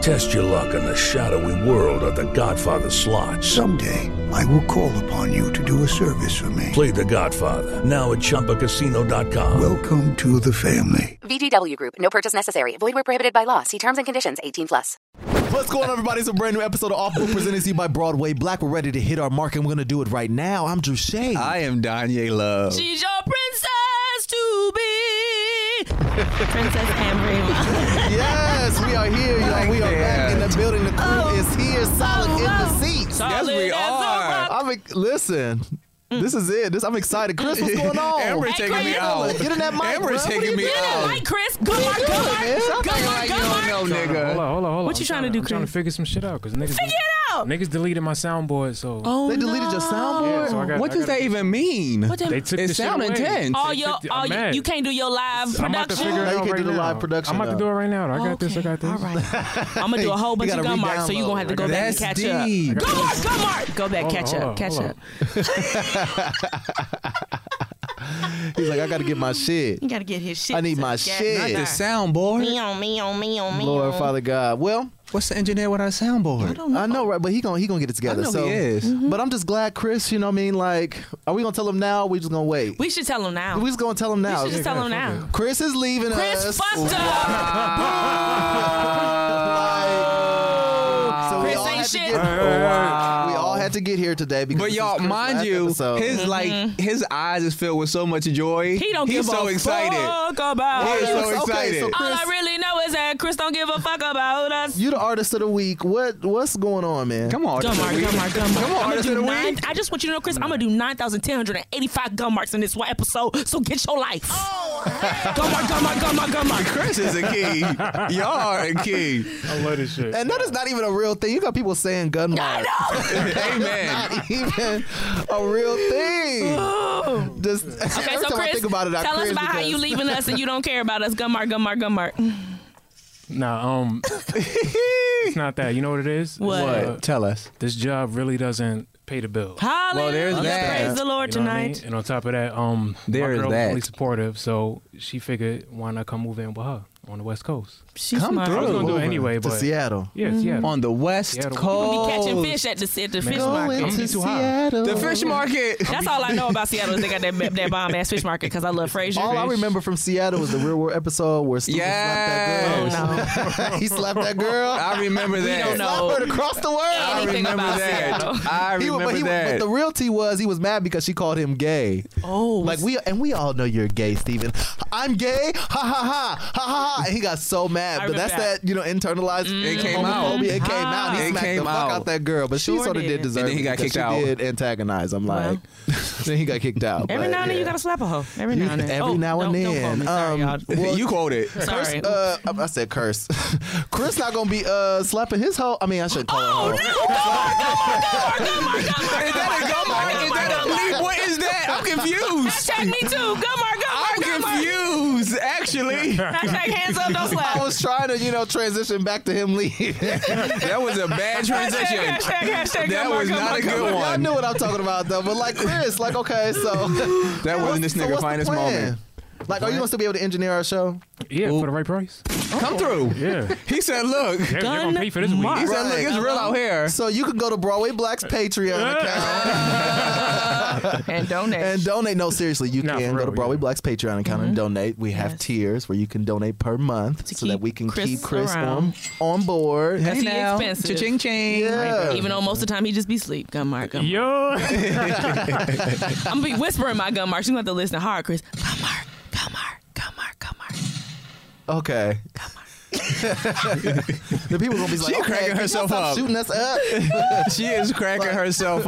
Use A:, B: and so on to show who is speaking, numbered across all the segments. A: Test your luck in the shadowy world of the Godfather slot.
B: Someday, I will call upon you to do a service for me.
A: Play the Godfather, now at Chumpacasino.com.
B: Welcome to the family.
C: VGW Group, no purchase necessary. Void where prohibited by law. See terms and conditions 18 plus.
D: What's going on, everybody? It's a brand new episode of Off Book presented to you by Broadway Black. We're ready to hit our mark, and we're going to do it right now. I'm Drew Shea.
E: I am Danye Love.
F: She's your princess to be.
G: princess Amarillo.
D: yes, we are here, y'all. We are back in the building. The crew oh. is here, solid oh, wow. in the seats.
E: Solid yes, we are.
D: I'm listen. Mm. This is it. This I'm excited. Chris, what's going on?
E: Amber hey, taking Chris. me out.
D: Get in that mic.
E: Amber taking me out.
F: Get in Chris. Good work. Good work. Good work. Good
E: work. Nigga.
H: Hold on, hold on, hold on.
F: What you trying, to
H: trying
F: do,
H: I'm
F: Chris?
H: Trying to figure some shit out because niggas.
F: Figure it out.
H: Niggas deleted my soundboard, so.
F: Oh
D: They deleted
F: no.
D: your soundboard.
E: Yeah, so got, what does that even mean? What
H: they took
E: it
H: the
E: sound
H: shit away.
E: intense.
F: All your, all your, you can't do your live production.
H: I'm about to figure it out
D: You can do the live production.
H: I'm about to do it right now. I got this. I got this.
F: All right. I'm gonna do a whole bunch of gun marks, so you are gonna have to go back and catch up. Good work. Good mark. Go back. Catch up. Catch up.
D: He's like, I gotta get my shit.
F: You gotta get his shit.
D: I need my
F: together.
D: shit.
E: Not the soundboard.
F: Me on me on me on me.
D: Lord,
F: on.
D: Father God. Well,
E: what's the engineer with our soundboard?
D: I know. I know, right? But he gonna he gonna get it together.
E: I know
D: so, Mm-hmm.
E: he is.
D: But I'm just glad, Chris. You know what I mean? Like, are we gonna tell him now? Or we just gonna wait.
F: We should tell him now.
D: We just gonna tell him now.
F: We should just tell him now.
D: Chris is leaving
F: Chris
D: us.
F: fucked up.
D: so
F: Chris
D: we all
F: ain't
D: had to
F: shit.
D: get-
E: Wow.
D: We all had to get here today because.
E: But
D: this
E: y'all,
D: is Chris's
E: mind
D: last
E: you,
D: episode.
E: his like his eyes is filled with so much joy.
F: Mm-hmm. He don't
E: He's
F: give
E: so
F: a
E: excited.
F: fuck about
E: He is
F: us.
E: so excited.
D: so-
F: All I
D: Chris-
F: really know is that Chris don't give a fuck about us.
D: you the artist of the week. What what's going on, man?
E: Come on,
F: Gun mark, gun mark, gun mark.
E: Come on,
F: I'ma
E: artist
F: do
E: of the
F: nine-
E: week.
F: I just want you to know, Chris, I'm gonna do 9,285 gun marks in this one episode, so get your life. gun mark, gun mark, gun mark, gun mark.
E: Chris is a key. Y'all are a key.
H: I love this shit.
D: And that is not even a real thing. You got people saying gun mark.
E: Amen.
D: Not even a real thing.
F: Ooh.
D: Just
F: Okay,
D: every
F: so
D: time I
F: Chris,
D: think about it, I
F: tell us
D: cringe
F: about how
D: because-
F: you leaving us and you don't care about us. Gun mark, gun mark, gun mark.
H: Nah, um, it's not that. You know what it is?
F: What?
H: Uh,
E: Tell us.
H: this job really doesn't pay the bill.
F: Hallelujah.
E: there's
F: Let's
E: that.
F: Praise the Lord
H: You know what I mean?
F: tonight.
H: And on top of that, um,
E: There
H: my
E: is
H: girl
E: that.
H: was really supportive, so she figured why not come move in with her on the West Coast?
F: She's
E: Come
F: my-
E: through.
H: I was gonna do
E: Moving
H: it anyway,
D: to
H: but
D: Seattle.
H: yes, yeah.
E: On the West
H: Yeah, the-
F: We
E: Coast.
F: catching fish at the, at the fish
H: Go
F: market.
H: in.
D: Going
H: I'm
D: to
H: too high.
D: Seattle.
E: The fish market.
F: That's all I know about Seattle is they got that that bomb ass fish market because I love Frazier.
D: All I
H: fish.
D: remember from Seattle was the Real World episode where Steve
E: Yes.
D: slapped that girl. he slapped that girl.
E: Oh, I remember that.
F: don't know.
D: Slapped her across the world.
E: I
F: Anything
E: remember
F: about
E: that.
F: Seattle.
E: I
D: He, was-
E: remember
D: but, he, was-
E: that.
D: but the real tea was he was mad because she called him gay.
F: Oh,
D: Like we and we all know you're gay, Steven. I'm gay. Ha ha ha ha ha. ha. And he got so mad.
F: I
D: But that's
F: remember
D: that.
F: that.
D: you know internalized
E: It came out.
D: homophobia. Mm. It came out. He
E: It
D: smacked
E: came
D: the fuck
E: out.
D: out that girl. But she
F: Sure
D: sort of
F: did.
D: did
F: And
D: deserve.
E: then he
D: it
E: got
D: because
E: kicked
D: she
E: out.
D: Did antagonize. I'm like. then he got kicked out.
F: every
D: but,
F: now and then you
D: yeah.
F: gotta slap a hoe. Every now and then.
D: Every
F: Oh,
D: now and
F: don't- don't quote
D: then.
F: me. Sorry,
D: Um,
F: y'all.
D: well,
E: you quoted.
F: Sorry.
D: Uh, I I said curse. Chris not gonna be uh slapping his hoe. I mean, I should call
F: oh
D: her.
F: no!
D: hoe.
F: Go mark, go mark,
E: Is that
F: go mark, go
E: a
F: mark, go
E: gum mark?
F: mark,
E: Is
F: go mark,
E: that a
F: go mark.
E: leap? What is that? I'm confused.
F: Hashtag me too. Go mark, go mark, go
E: I'm
F: mark.
E: confused, actually.
F: Hashtag hands up, don't
D: I
F: slap.
D: was trying to, you know, transition back to him leaving.
E: That was a bad
F: Hashtag,
E: transition.
F: hashtag, hashtag,
E: That
F: go mark,
E: was
F: go
E: not
F: mark,
E: a
F: go
E: good
F: mark.
D: I
E: one.
D: knew what I'm talking about though. But like Chris, like okay, so
E: That wasn't this
D: So
E: nigga
D: what's the
E: finest
D: plan?
E: moment.
D: Like, are you gonna still be able to engineer our show?
H: yeah, for the right price. Oh,
E: Come through.
H: Yeah,
E: He said, "Look."
H: they're, they're
F: Gun
H: gonna pay for this week.
D: mark.
E: He said, "Look, it's real out here."
D: So you can go to Broadway Black's Patreon account.
H: and donate.
E: And donate. No, seriously, you
H: Nah,
E: can
H: for
E: go to
H: real,
E: Broadway Black's Patreon account and donate. We have
H: Yes.
E: tiers where you can donate per month so that we can
H: Chris
E: keep Chris on
H: around.
E: on board.
H: Cause
E: Hey
H: he
E: now.
H: expensive.
E: Cha-ching, ching. Yeah.
H: Even though most of the time he just be sleep. Gun mark. Gun mark. Yo. I'm gonna be whispering my gun mark. She's gonna have to listen hard, Chris. Gun mark. Gun mark. Gun mark. Gun mark.
E: Okay. the people gonna be like,
C: She
E: okay,
C: cracking
E: can you
C: herself
E: stop
C: up.
E: shooting us up.
C: she is cracking herself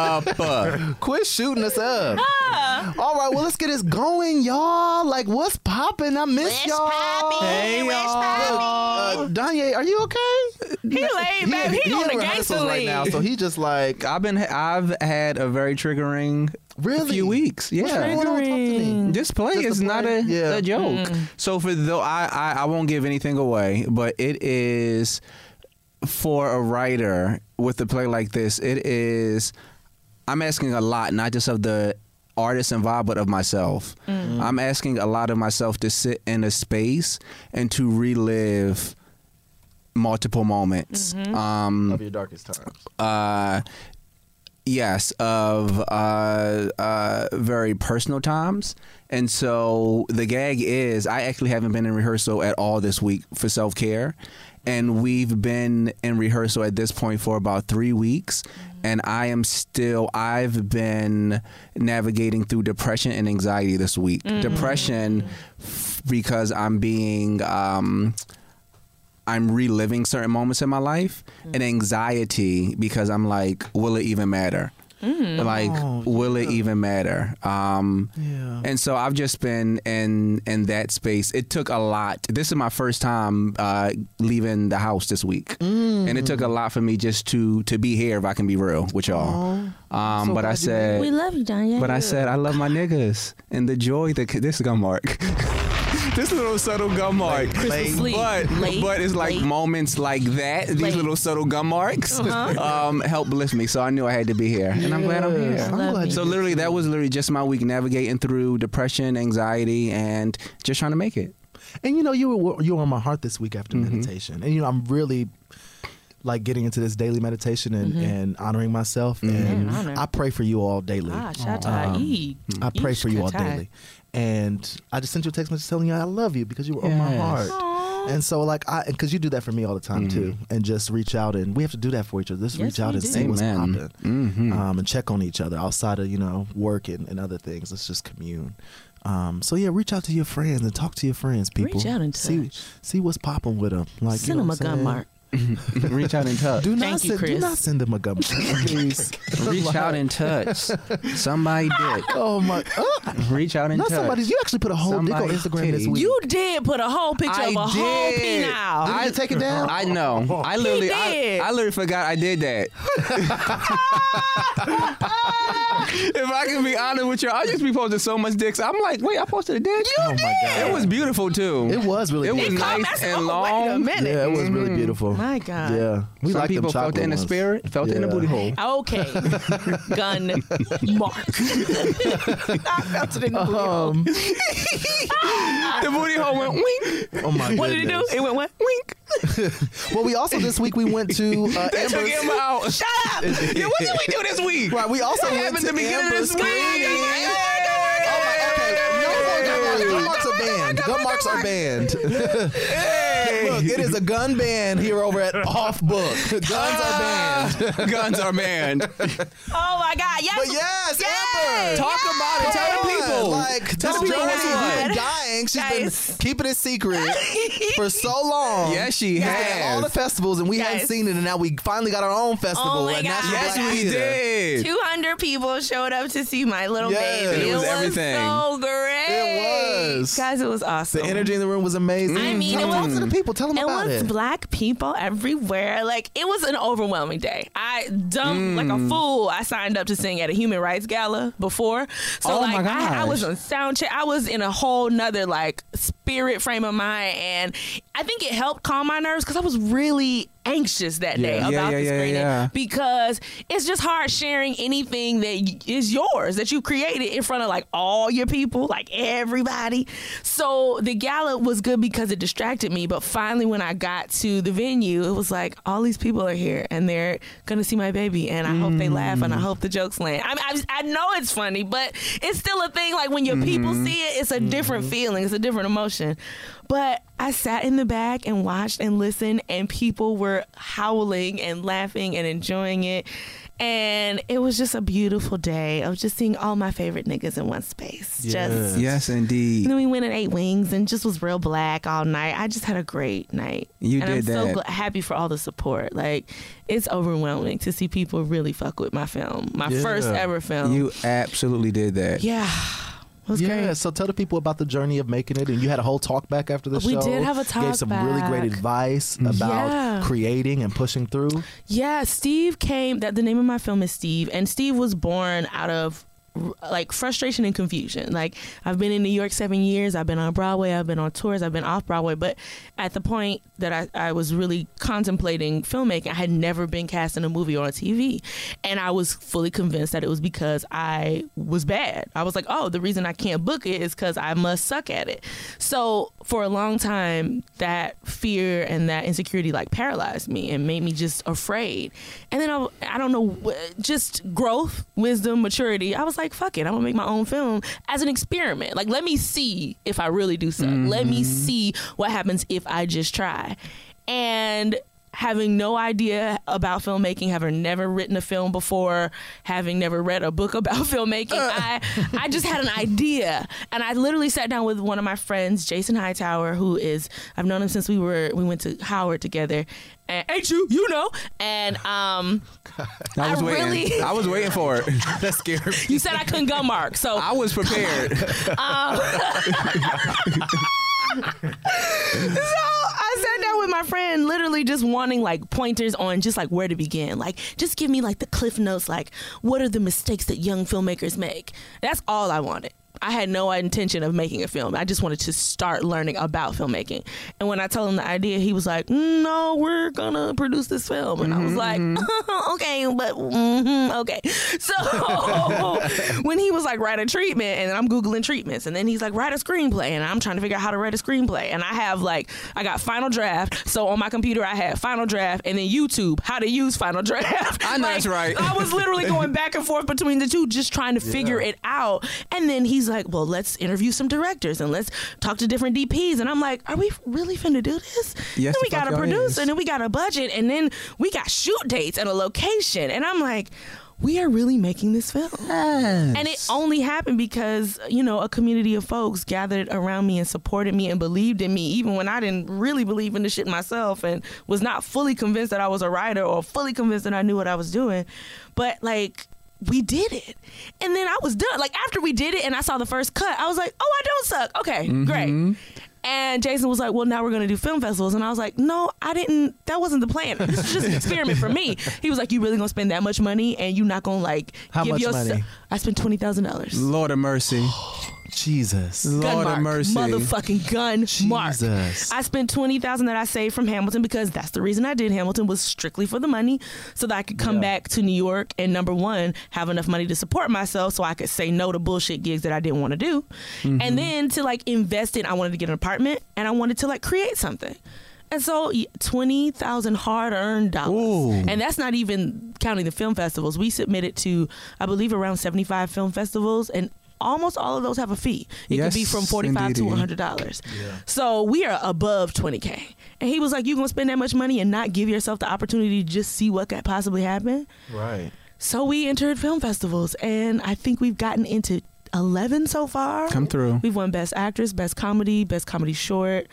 C: up.
E: Quit shooting us up.
H: Ah.
E: All right, well let's get this going, y'all. Like, what's popping? I miss y'all.
C: Hey,
E: y'all. Uh, Danye, are you okay?
H: He laid back. He, on
E: in
H: the
E: rehearsals
H: gangster
E: right
H: league.
E: now, so he just like
C: I've been I've had a very triggering
E: really
C: few weeks. Yeah. This play
E: Just
C: is
E: the
C: not
E: play?
C: a,
E: Yeah.
C: a joke. So for though I, I I won't give anything away, but it is for a writer with a play like this. It is I'm asking a lot, not just of the artist involved, but of myself. I'm asking a lot of myself to sit in a space and to relive multiple moments. Um,
E: of your darkest times.
C: uh, yes, of uh, uh, very personal times. And so the gag is I actually haven't been in rehearsal at all this week for self care. And we've been in rehearsal at this point for about three weeks. And I am still, I've been navigating through depression and anxiety this week. Depression f- because I'm being. Um, I'm reliving certain moments in my life and anxiety because I'm like, will it even matter? Like, will it even matter? Um,
E: Yeah.
C: And so I've just been in in that space. It took a lot. This is my first time uh, leaving the house this week,
D: Mm.
C: and it took a lot for me just to to be here. If I can be real with y'all,
D: Oh.
C: um, but I said
G: We love you, Danya.
C: but I said, I love my niggas. And the joy that this gum mark. this little subtle gum mark.
H: Christmas sleep.
C: But,
H: Late,
C: but it's like
H: late.
C: moments like that, these
H: Late. Uh-huh.
C: little subtle gum marks, um, help lift me. So I knew I had to be here. And I'm glad I'm here.
E: I'm glad
C: So literally, that was literally just my week navigating through depression, anxiety, and just trying to make it.
E: And you know, you were you were on my heart this week after
H: Mm-hmm.
E: meditation, and you know, I'm really like getting into this daily meditation and,
H: Mm-hmm.
E: and honoring myself. And I pray for you all daily.
H: Ah, shout
C: Um,
H: out to E.
E: I pray for you all
H: Ishkatai.
E: daily. And I just sent you a text message telling you I love you because you were on my heart. And so, like, I because you do that for me all the time too, and just reach out and we have to do that for each other. Just reach out and see what's
C: Amen.
E: popping, um, and check on each other outside of you know work and, and other things. Let's just commune. Um, so yeah, reach out to your friends and talk to your friends, people.
H: Reach out and
E: see
H: touch.
E: see what's popping with them. Like, you
H: Send
E: know
H: him a
E: what I'm
H: gun
E: saying?
H: mark.
C: Reach out and touch.
E: Do not
H: Thank you,
E: send, do
H: Chris.
E: not send them a gun mark, please.
C: Reach out and touch. Somebody dick.
E: oh my, uh,
H: ah.
C: Reach out and
E: not
C: touch.
E: somebody's. You actually put a whole dick on
C: Somebody's
E: Instagram this
C: titties.
E: week.
H: You did put a whole picture of a whole
C: did.
H: penile.
E: I
C: I-
E: take it down.
C: I know. I literally, I,
H: did.
C: I literally forgot I did that. if I can be honest with y'all, I just be posting so much dicks. I'm like, wait, I posted a dick.
E: Oh my God.
C: It was beautiful too.
E: It was really
C: It was
E: beautiful.
H: Oh,
C: nice
H: that's-
C: and
H: oh,
C: long.
H: Wait a minute.
E: Yeah, it was really beautiful.
H: My God.
E: Yeah, we
C: Some
E: like
C: people
E: them
C: felt
E: chocolate
C: it in the
E: ones.
C: spirit, felt it in the
E: Yeah.
C: booty hole.
H: Okay. Gun mark. That's it in the booty hole.
E: Um,
C: the booty hole went wink,
E: oh my
H: What did it do?
E: goodness.
H: It went what?
C: wink.
E: Well, we also this week we went to uh,
C: They took
E: Amber's.
C: him out. Shut up. yeah, what did we do this week?
E: Right, we also
C: What
E: went
C: happened
E: to
C: the beginning of
E: Amber's
C: this week?
E: screening.
C: Oh my-
E: Okay, no more gun marks. Gun marks are banned. Gun marks are banned. Look, it is a gun ban here over at Off Book. Guns are banned.
C: Guns are banned.
H: Oh my God. Yes.
E: But yes, Amber,
C: Talk about it. Tell
E: Come
C: the
E: on,
C: people.
E: Like,
C: Tell
E: this
C: the
E: girl
C: people
E: has
C: what.
E: been dying. She's
H: Guys.
E: been keeping it secret for so long.
C: Yes, she
E: It's been at all
C: has.
E: the festivals, and we hadn't
H: Guys.
E: seen it, and now we finally got our own festival.
H: Oh my
E: and now
H: God.
E: she's
C: Yes,
E: Black
C: we
E: Theater.
C: did.
H: 200 people showed up to see my little
E: Yes.
H: baby.
E: It
C: was
H: was
C: everything.
H: so great.
E: It was.
H: Guys, it was awesome.
E: The energy in the room was amazing. Mm.
H: I mean,
E: Tell-
H: it
E: talk
H: was-
E: to the people. Tell them
H: It
E: about
H: was
E: it.
H: black people everywhere. Like it was an overwhelming day. I dumb like
C: Mm.
H: a fool. I signed up to sing at a human rights gala before. So
C: Oh, my
H: like I, I
C: gosh.
H: was on sound check. I was in a whole nother like spirit frame of mind and I think it helped calm my nerves because I was really anxious that
C: Yeah.
H: day
C: Yeah,
H: about
C: yeah,
H: the
C: yeah,
H: screening
C: yeah.
H: because it's just hard sharing anything that y- is yours that you created in front of like all your people, like everybody. So the gala was good because it distracted me, but finally when I got to the venue, it was like all these people are here and they're gonna see my baby, and I hope they laugh
C: Mm.
H: and I hope the jokes land. I, mean, I, I know it's funny, but it's still a thing. Like when your people
C: Mm-hmm.
H: see it, it's a different feeling, it's a different emotion. But I sat in the back and watched and listened, and people were howling and laughing and enjoying it. And it was just a beautiful day of just seeing all my favorite niggas in one space. Just
C: yes, indeed.
H: and then we went and ate wings and just was real black all night. I just had a great night.
C: You
H: and I'm
C: did
H: so
C: that.
H: gl- happy for all the support. Like, it's overwhelming to see people really fuck with my film, my first ever film.
C: You absolutely did that.
H: yeah.
D: yeah, so tell the people about the journey of making it, and you had a whole talk back after the
H: We
D: show.
H: did have a
D: Gave
H: talk
D: some really great
H: back.
D: advice
C: Mm-hmm.
D: about
H: Yeah.
D: creating and pushing through.
H: Yeah, Steve came. That the name of my film is Steve, and Steve was born out of r- like frustration and confusion. Like I've been in New York seven years. I've been on Broadway. I've been on tours. I've been off Broadway. But at the point that I, I was really contemplating filmmaking, I had never been cast in a movie or on TV, and I was fully convinced that it was because I was bad. I was like, oh, the reason I can't book it is because I must suck at it. So for a long time, that fear and that insecurity like paralyzed me and made me just afraid. And then I, I don't know, wh- just growth, wisdom, maturity. I was like, fuck it, I'm gonna make my own film as an experiment. Like, let me see if I really do suck. Let me see what happens if I just try. And having no idea about filmmaking, having never written a film before, having never read a book about filmmaking, I I just had an idea, and I literally sat down with one of my friends, Jason Hightower, who is I've known him since we were we went to Howard together. And, ain't you? You know. And um,
C: I was
H: I
C: waiting.
H: really-
C: I was waiting for it. That's scary.
H: you said I couldn't go, Mark. So
C: I was prepared.
H: so I sat down with my friend, literally just wanting like pointers on just like where to begin. Like, just give me like the cliff notes. Like, what are the mistakes that young filmmakers make? That's all I wanted. I had no intention of making a film. I just wanted to start learning about filmmaking. And when I told him the idea, he was like, "No, we're gonna produce this film." And I was like, "Okay, but mhm, okay." So when he was like, "Write a treatment," and I'm googling treatments, and then he's like, "Write a screenplay," and I'm trying to figure out how to write a screenplay. And I have like, I got Final Draft. So on my computer, I had Final Draft, and then YouTube, how to use Final Draft.
C: I know that's right.
H: I was literally going back and forth between the two, just trying to figure it out. And then he's like, "Well, let's interview some directors and let's talk to different DPs." And I'm like, "Are we really finna do this?
C: Yes,
H: then we
C: the fuck
H: got a
C: y'all
H: producer,
C: is.
H: and then we got a budget, and then we got shoot dates and a location." And I'm like. We are really making this film. And it only happened because, you know, a community of folks gathered around me and supported me and believed in me, even when I didn't really believe in the shit myself and was not fully convinced that I was a writer or fully convinced that I knew what I was doing. But, like, we did it. And then I was done. Like, after we did it and I saw the first cut, I was like, oh, I don't suck. Okay,
D: Mm-hmm.
H: great. And Jason was like, "Well, now we're gonna do film festivals," and I was like, "No, I didn't. That wasn't the plan. This is just an experiment for me." He was like, "You really gonna spend that much money, and you not gonna like
D: How
H: give
D: much
H: yourse-
D: money?
H: I spent twenty thousand dollars.
C: Lord of mercy.
D: Jesus.
H: Gun
C: Lord
H: mark,
C: of mercy.
H: motherfucking gun mark.
D: Jesus.
H: I spent twenty thousand that I saved from Hamilton because that's the reason I did Hamilton was strictly for the money, so that I could come back to New York and number one have enough money to support myself, so I could say no to bullshit gigs that I didn't want to do,
C: Mm-hmm.
H: and then to like invest in. I wanted to get an apartment and I wanted to like create something. And so y- twenty thousand hard-earned dollars, and that's not even counting the film festivals. We submitted to, I believe, around seventy-five film festivals, and almost all of those have a fee. It could be
C: Yes,
H: from forty-five to
C: indeedy.
H: one hundred dollars. So we are above twenty k. And he was like, "You gonna spend that much money and not give yourself the opportunity to just see what could possibly happen?"
D: Right.
H: So we entered film festivals, and I think we've gotten into eleven so far.
C: Come through.
H: We've won Best Actress, Best Comedy, Best Comedy Short.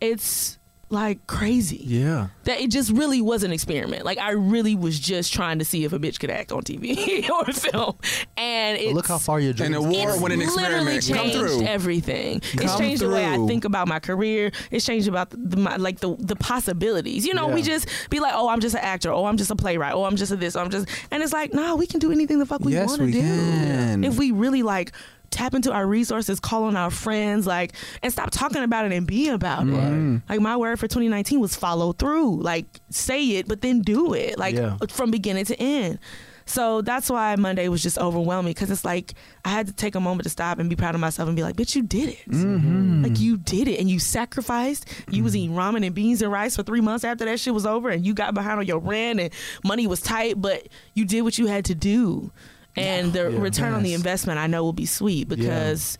H: It's like crazy
D: Yeah.
H: that it just really was an experiment. Like I really was just trying to see if a bitch could act on TV or film, and
D: But
H: it's,
D: look how far your
C: An
D: dreams.
C: award winning
H: it's literally
C: experiment. Come
H: changed
C: through.
H: everything. it's
C: Come
H: changed the way I
C: through.
H: think about my career. It's changed about the, my, like the the possibilities. You know, we
D: Yeah.
H: just be like, oh, I'm just an actor. Oh, I'm just a playwright. Oh, I'm just a this. I'm just, and it's like, nah, we can do anything the fuck we
C: Yes,
H: want to
C: we
H: do
C: can.
H: if we really like tap into our resources, call on our friends, like, and stop talking about it and be about it. Like my word for 2019 was follow through. Like say it, but then do it. Like
I: Yeah.
H: from beginning to end. So that's why Monday was just overwhelming because it's like I had to take a moment to stop and be proud of myself and be like, "Bitch, you did it! Like you did it, and you sacrificed. You was eating ramen and beans and rice for three months after that shit was over, and you got behind on your rent and money was tight, but you did what you had to do, and the return on the
C: Yes.
H: investment I know will be sweet because."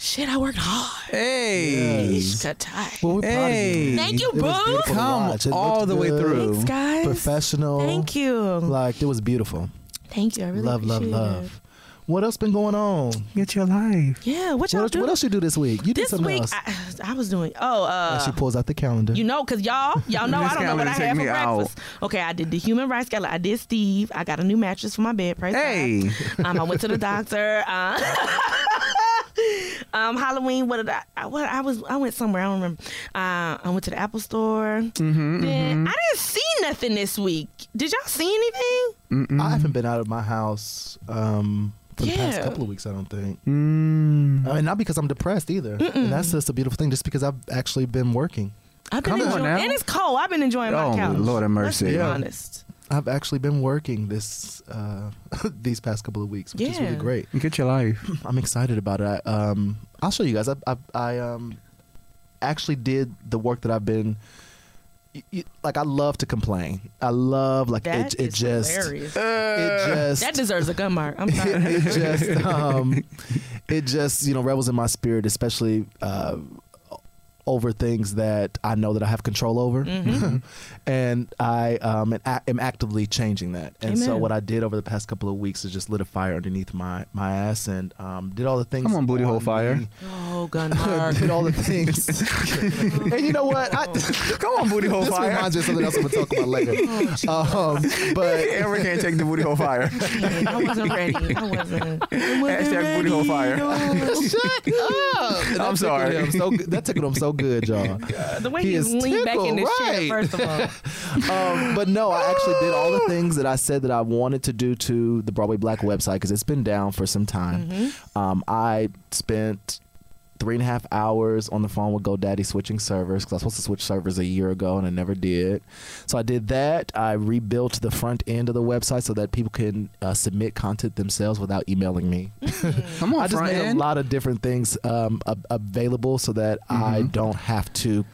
H: Shit, I worked hard.
C: Hey,
H: Yeesh, cut tie.
C: Hey.
H: Thank you,
D: It was
H: boo.
D: beautiful to watch. It
C: all
D: looked
C: the way
D: good,
C: through. Thanks,
H: guys.
D: Professional.
H: Thank you.
D: Like it was beautiful.
H: Thank you. I really
D: love, love,
H: appreciate
D: love.
H: It.
D: What else been going on?
C: Get your life.
H: Yeah, what y'all
D: What,
H: do?
D: what else you do this week? You did
H: this
D: something
H: week
D: else.
H: I, I was doing oh uh
D: And she pulls out the calendar.
H: you know because y'all y'all know
D: This
H: i don't know what
D: calendar
H: i
D: take
H: had for
D: me out.
H: breakfast okay i did the human rights gala i did steve i got a new mattress for my bed praise
C: hey
H: um i went to the doctor uh, um halloween what did i I- what i was i went somewhere i don't remember uh i went to the apple store
D: Mm-hmm,
H: Then- i didn't see nothing this week did y'all see anything
D: I haven't been out of my house um, for the past
H: Yeah.
D: couple of weeks. I don't think.
C: Mm.
D: I mean, not because I'm depressed either. And that's just a beautiful thing. Just because I've actually been working.
H: i've been
D: Come on
H: enjoying
D: now.
H: and it's cold i've been enjoying
D: Oh,
H: my couch
D: Lord have
H: Let's be
D: mercy. Yeah.
H: honest
D: I've actually been working this uh, these past couple of weeks, which is really
H: Yeah.
D: great.
C: Get your life.
D: I'm excited about it. I, um, I'll show you guys. I, I, I um, actually did the work that I've been. y- y- Like I love to complain. I love like
H: That
D: it. It
H: is
D: just
H: hilarious.
C: Uh.
D: it just
H: that deserves a gun mark. I'm sorry.
D: it just um, it just you know revels in my spirit, especially uh, over things that I know that I have control over,
J: Mhm.
D: and I um, am, ac- am actively changing that. And so
J: Amen.
D: what I did over the past couple of weeks is just lit a fire underneath my my ass and um, did all the things. Come on, booty hole fire.
H: oh, gun mark.
D: did all the things. and you know what? I,
C: Come on, booty hole
D: this
C: fire. Oh,
D: reminds me of something else I'm gonna talk about later. um, but
C: Amber can't take the booty hole fire.
H: I wasn't ready. I wasn't.
C: Hashtag booty hole fire.
D: Shut up. That tickled
C: sorry.
D: him so good- that tickled him so good, y'all.
H: The way he's leaned back in his chair, first of all.
D: um, but no, I actually did all the things that I said that I wanted to do to the Broadway Black website because it's been down for some time. Um, I spent three and a half hours on the phone with GoDaddy switching servers because I was supposed to switch servers a year ago and I never did. So I did that. I rebuilt the front end of the website so that people can uh, submit content themselves without emailing me.
C: Come on,
D: I just
C: front
D: made
C: end.
D: a lot of different things um, ab- available so that I don't have to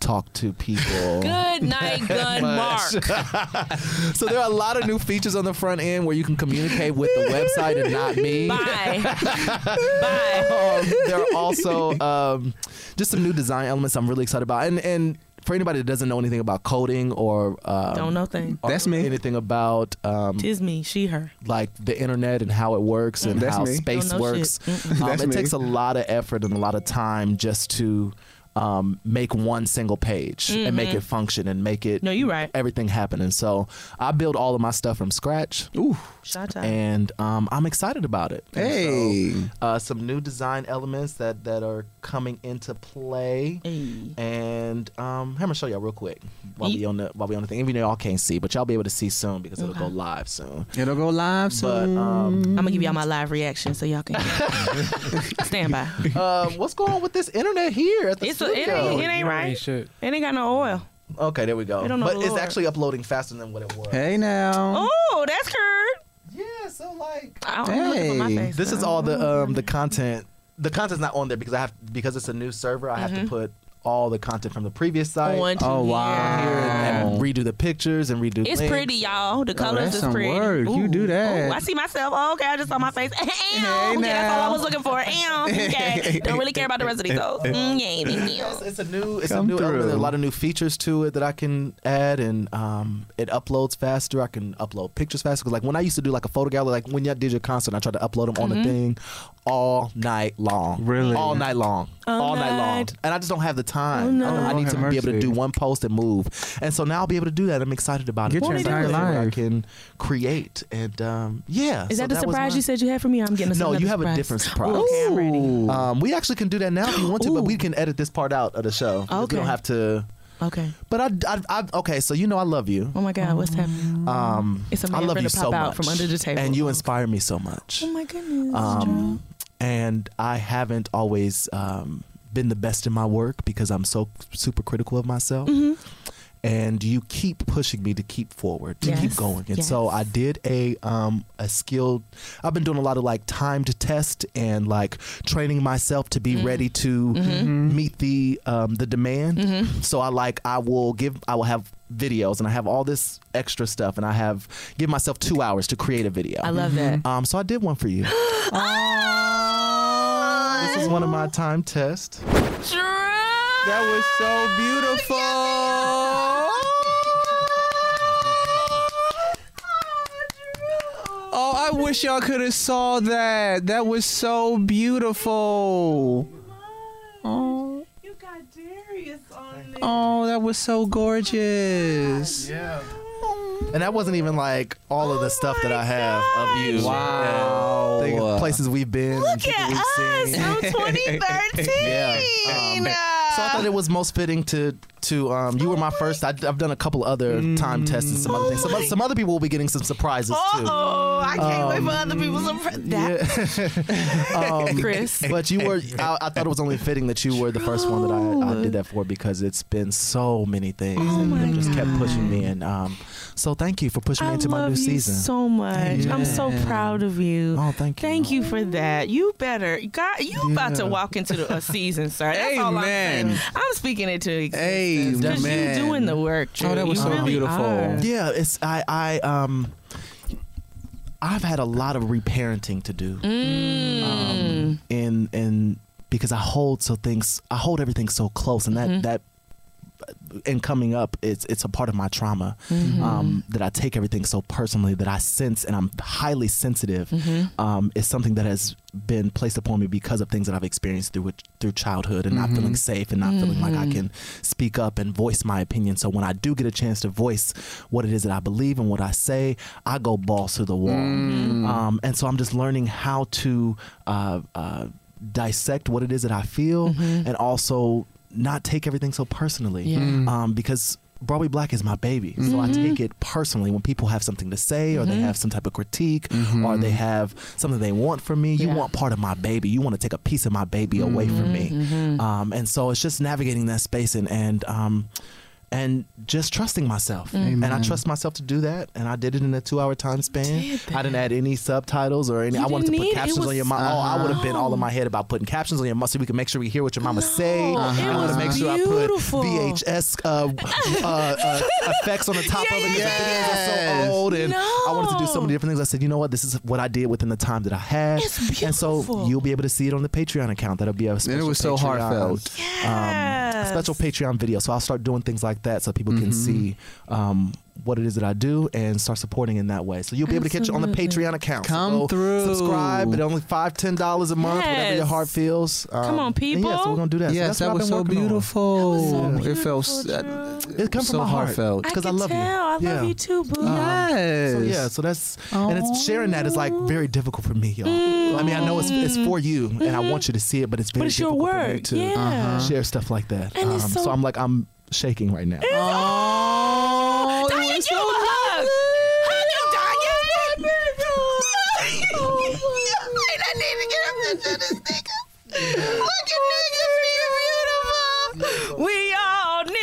D: talk to people.
H: Good night, gun mark.
D: so there are a lot of new features on the front end where you can communicate with the website and not me.
H: Bye.
D: Bye. Um, there are also um, just some new design elements I'm really excited about, and and. For anybody that doesn't know anything about coding or um,
H: Don't know thing.
D: that's me. Anything about um,
H: Tis me, she, her.
D: like the internet and how it works and
H: That's
D: how
H: me.
D: space
H: Don't know
D: works.
H: shit. Mm-mm.
D: Um,
H: That's
D: it
H: me.
D: takes a lot of effort and a lot of time just to um, make one single page and make
H: Mhm.
D: it function and make it
H: No, you right.
D: everything happen. And so I build all of my stuff from scratch. Ooh.
H: Shot
D: And um, I'm excited about it. And
C: Hey.
D: so, uh, some new design elements that that are coming into play. And um, I'm gonna show y'all real quick while we on the while we on the thing. Even though y'all can't see, but y'all be able to see soon because it'll go live soon.
C: It'll go live soon.
D: But, um,
H: I'm gonna give y'all my live reaction so y'all can stand by.
D: Uh, what's going on with this internet here at the
H: It's a,
D: studio?
H: it ain't, it ain't right. It ain't got no oil.
D: Okay, there we go.
H: It don't know
D: but
H: the
D: it's
H: Lord.
D: actually uploading faster than what it was.
C: Hey now.
H: Oh, that's curd.
D: Yeah, so like,
H: I don't know what to put my face.
D: this is all the um the content. The content's not on there because I have because it's a new server. I have to
H: Mhm.
D: put all the content from the previous site.
H: Onto Oh, here. wow.
D: Here and, and redo the pictures and redo.
H: It's
D: links.
H: pretty, y'all. The
D: Oh,
H: colors
D: that's
H: is
D: some
H: pretty.
D: work. You do that.
H: Ooh, I see myself. Oh, okay, I just saw my face. Ow. okay, that's all I was looking for. Ow. Okay, don't really care about the rest of these goals. Mm, yeah, thank you.
D: It's, a new. It's a new element. There are a lot of new features to it that I can add, and um, it uploads faster. I can upload pictures faster. 'Cause, like when I used to do like a photo gallery, like when y'all did your concert, I tried to upload them on
H: Mm-hmm.
D: the
C: Mhm.
D: thing all night long. Really, all night long, all,
C: All
D: night. long.
C: night.
D: And I just don't have the time.
C: Oh,
D: I, don't- I
C: no.
D: need to
C: Lord
D: be
C: have
D: able to
C: mercy.
D: do one post and move. And so now I'll be able to do that. I'm excited about it.
C: Get your
D: It's
C: entire
D: something that I
C: life.
D: can create, and um, yeah.
H: Is
D: so
H: that the
D: was
H: surprise
D: my-
H: you said you had for me? I'm getting
D: no,
H: another
D: you have
H: surprise.
D: a different surprise.
H: Ooh, okay, I'm ready.
D: Um, we actually can do that now if you want to, but we can edit this part out of the show. because
H: Okay.
D: We don't have to.
H: Okay.
D: But I, I, I, okay, so you know I love you.
H: Oh my God, what's happening?
D: Um,
H: It's a
D: I
H: man
D: love
H: finna
D: you
H: pop
D: so
H: out
D: much
H: from under the table.
D: and you inspire me so much.
H: Oh my goodness.
D: Um, and I haven't always um, been the best in my work because I'm so super critical of myself. And you keep pushing me to keep forward, to keep
I: Yes.
D: going. And so I did a um, a skilled. I've been doing a lot of like timed test and like training myself to be ready to meet the um, the demand. So I like I will give I will have videos and I have all this extra stuff and I have give myself two hours to create a video.
H: I love that.
D: Um, so I did one for you. This is one of my time tests.
C: That was so beautiful. Oh, I wish y'all could have saw that. That was so beautiful. Oh. Oh, that was so gorgeous.
D: Yeah. And that wasn't even like all of the Oh stuff that I have of you.
C: Wow.
D: and things- places we've been. Look at us.
C: I'm
D: 2013. yeah. Um, so I thought it was most fitting to to um, you were my Mm. first. I, have done a couple other time tests and some other things. Some, oth- some other people will be getting some surprises too.
H: Oh, I can't wait
D: Um,
H: for other people's surprise. That
D: um,
H: Chris.
D: But you were, I, I thought it was only fitting that you were the first one that I, I did that for because it's been so many things
H: Oh
D: and you just kept pushing me. And um, so thank you for pushing me
H: I
D: into
H: love
D: my new
H: you
D: season.
H: so much. I'm so
D: Yeah.
H: proud of you.
D: Oh, thank
H: you. Thank you for that. You better, God, you about to
D: Yeah.
H: walk into the, a season, sir. That's all I'm saying.
C: Amen.
H: I'm speaking it to existence. 'Cause
D: Amen. Oh,
H: you doing the work. Drew. You really are.
D: Yeah, it's I I um I've had a lot of reparenting to do.
H: Mm.
D: Um, and and because I hold so things I hold everything so close and
H: Mm-hmm.
D: that that and coming up it's it's a part of my trauma um, that I take everything so personally that I sense and I'm highly sensitive
J: Mhm.
D: um, is something that has been placed upon me because of things that I've experienced through through childhood and not feeling safe and not feeling like I
J: Mhm.
D: can speak up and voice my opinion. So when I do get a chance to voice what it is that I believe and what I say, I go balls to the wall. Um, and so I'm just learning how to uh, uh, dissect what it is that I feel and also not take everything so personally
J: Mm-hmm. Yeah. Mm-hmm. Mm.
D: um, because. Broadway Black is my baby, so I take it personally when people have something to say, or
J: Mm-hmm.
D: they have some type of critique, or they have something they want from me. You want part of my baby. You want to take a piece of my baby away from me.
J: Mm-hmm.
D: Um, and so it's just navigating that space and and um, and just trusting myself.
J: Mm. Amen.
D: And I trust myself to do that. And I did it in a two hour time span. I didn't add any subtitles or any.
J: You
D: I wanted
J: didn't
D: to put
J: need- it
D: captions on
J: was-
D: your mom. Oh, I would have been all in
J: No.
D: my head about putting captions on your mom so we can make sure we hear what your mama say. I want
J: was
D: to make sure
J: beautiful.
D: I put VHS uh, uh, uh, effects on the top of it because the videos are so old. And I wanted to do so many different things. I said, you know what? This is what I did within the time that I had. And so you'll be able to see it on the Patreon account. That'll be a special
C: it was so
D: Patreon,
C: heartfelt.
D: um, special Patreon video. So I'll start doing things like that so people
C: Mm-hmm.
D: can see um, what it is that I do and start supporting in that way. So you'll be able to catch it on the
J: Absolutely.
D: Patreon account. So
J: Come
D: go
J: through.
D: Subscribe at only five, ten dollars a month, whatever your
J: Yes.
D: heart feels. Um,
J: Come on,
D: and Yeah, so
J: people.
D: we're gonna do that.
C: Yes,
D: so that's
C: that
D: what
C: was so
D: I've been
C: beautiful.
D: working on.
C: It felt
D: It comes
C: so
D: from my heart.
C: heartfelt.
D: because I, love you.
H: I love
D: Yeah.
H: you Uh-huh. too, boo.
D: So yeah, so that's and it's sharing that is like very difficult for me, y'all. I mean, I know it's it's for you, and I want you to see it, but it's very
H: Mm-hmm. But it's your
D: difficult for me
H: work,
D: to
H: yeah. Uh-huh.
D: share stuff like that. Um,
H: And it's so-
D: I'm like I'm shaking right now.
H: Oh,
J: it
H: Danya,
J: was
H: give
J: so
H: him a hug. Oh, Hug him, Danya. I need to get him to do this nigga. Look at niggas being beautiful. Oh, We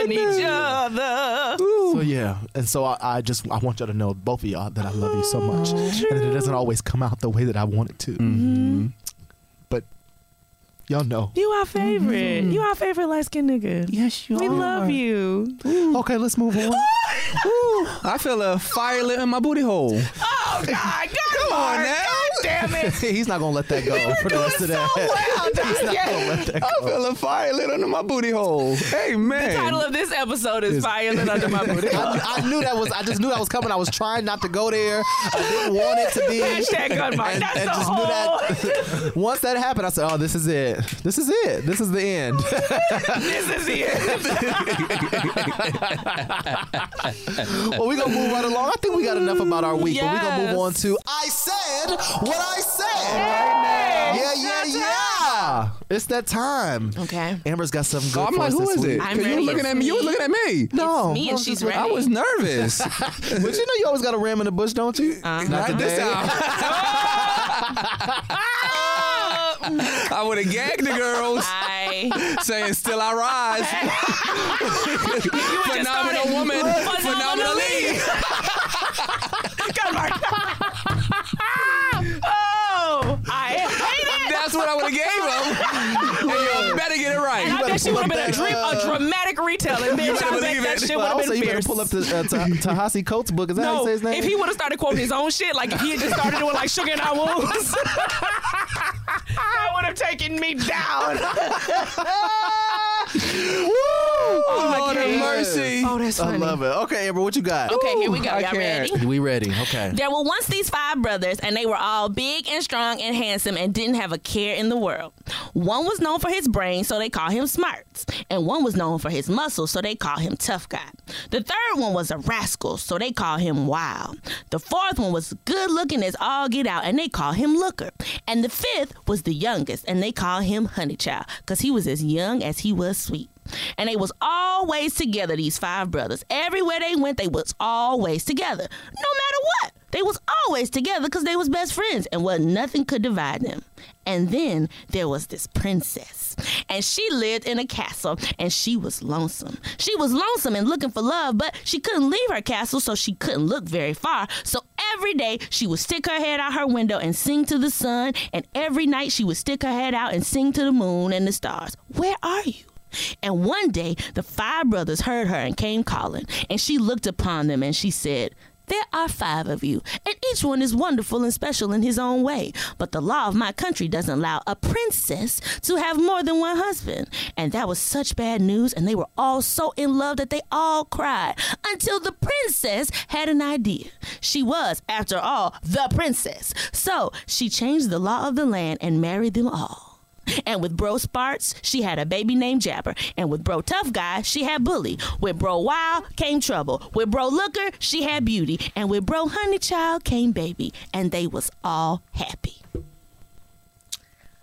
H: all niggas loving each other.
D: So Oh, yeah, and so I, I just I want y'all to know both of y'all that I love you so much, and that it doesn't always come out the way that I want it to. But y'all know.
H: You our favorite. You our favorite light skinned nigga. Mm-hmm. Yes, you we We love you.
D: Okay, let's move on.
C: Ooh, I feel a fire lit in my booty hole.
H: Oh God, God,
C: Come on
H: Mark,
C: now.
H: God damn it.
D: He's not gonna let that go for the rest of that. He's not gonna let that
C: I feel a fire lit under my booty hole. Amen.
H: The title of this episode is Violin Under My Booty.
D: I, I knew that was. I just knew that was coming. I was trying not to go there. I didn't want it to be.
H: Hashtag gun violence. That's the
D: that. Once that happened, I said, "Oh, this is it. This is it. This is the end."
H: this is
D: well, we're gonna move right along. I think we got enough about our week, but we're gonna move
J: Yes.
D: on to I said what I said. Yeah, yeah, yeah. It's that time. Okay. Amber's got something good
C: Oh, I'm
D: for
C: like,
D: us
C: who
D: this
C: is
D: week.
C: it? 'Cause you were looking at me. You were looking at me.
H: Oh.
D: No,
C: me,
D: I
C: and
D: was
C: she's
D: just looking-
C: ready. I was nervous.
D: but you know, you always got a ram in the bush, don't you?
C: Not this time. I would have gagged the girls.
H: I-
C: saying, "Still I rise." Phenomenal woman. Phenomenally.
H: oh, I hate it.
C: That's what I would have gave them. And you better get it right.
H: And I bet she would have been a, dream,
C: up.
H: a dramatic retelling.
C: You
H: Bitch,
C: better
H: I bet
C: believe
H: that
C: it.
H: shit would
D: Well,
H: have
D: also,
H: been
D: you better
H: fierce.
D: pull up the uh, Ta- Tahasi Coates book. Is that how you
H: No,
D: say his name?
H: if he would have started quoting his own shit, like if he had just started doing like sugar in our wounds, that would have taken me down.
D: Woo!
H: Oh, I
D: Lord have
H: can't.
D: mercy.
H: Oh, that's
D: I
H: funny.
D: love it. Okay, Amber, what you got?
H: Okay, here we go.
D: I
H: Y'all
D: can't.
H: ready?
C: We ready? Okay.
H: There were once these five brothers, and they were all big and strong and handsome and didn't have a care in the world. One was known for his brains, so they call him Smarts, and one was known for his muscles, so they call him Tough Guy. The third one was a rascal, so they call him Wild. The fourth one was good looking as all get out, and they call him Looker. And the fifth was the youngest, and they call him Honey Child, because he was as young as he was sweet. And they was always together, these five brothers. Everywhere they went, they was always together. No matter what, they was always together because they was best friends and what nothing could divide them. And then there was this princess. And she lived in a castle and she was lonesome. She was lonesome and looking for love, but she couldn't leave her castle, so she couldn't look very far. So every day she would stick her head out her window and sing to the sun, and every night she would stick her head out and sing to the moon and the stars. Where are you? And one day, the five brothers heard her and came calling. And she looked upon them and she said, there are five of you, and each one is wonderful and special in his own way. But the law of my country doesn't allow a princess to have more than one husband. And that was such bad news, and they were all so in love that they all cried until the princess had an idea. She was, after all, the princess. So she changed the law of the land and married them all. And with Bro Sparts, she had a baby named Jabber. And with Bro Tough Guy, she had Bully. With Bro Wild came Trouble. With Bro Looker, she had Beauty. And with Bro Honey Child came Baby. And they was all happy.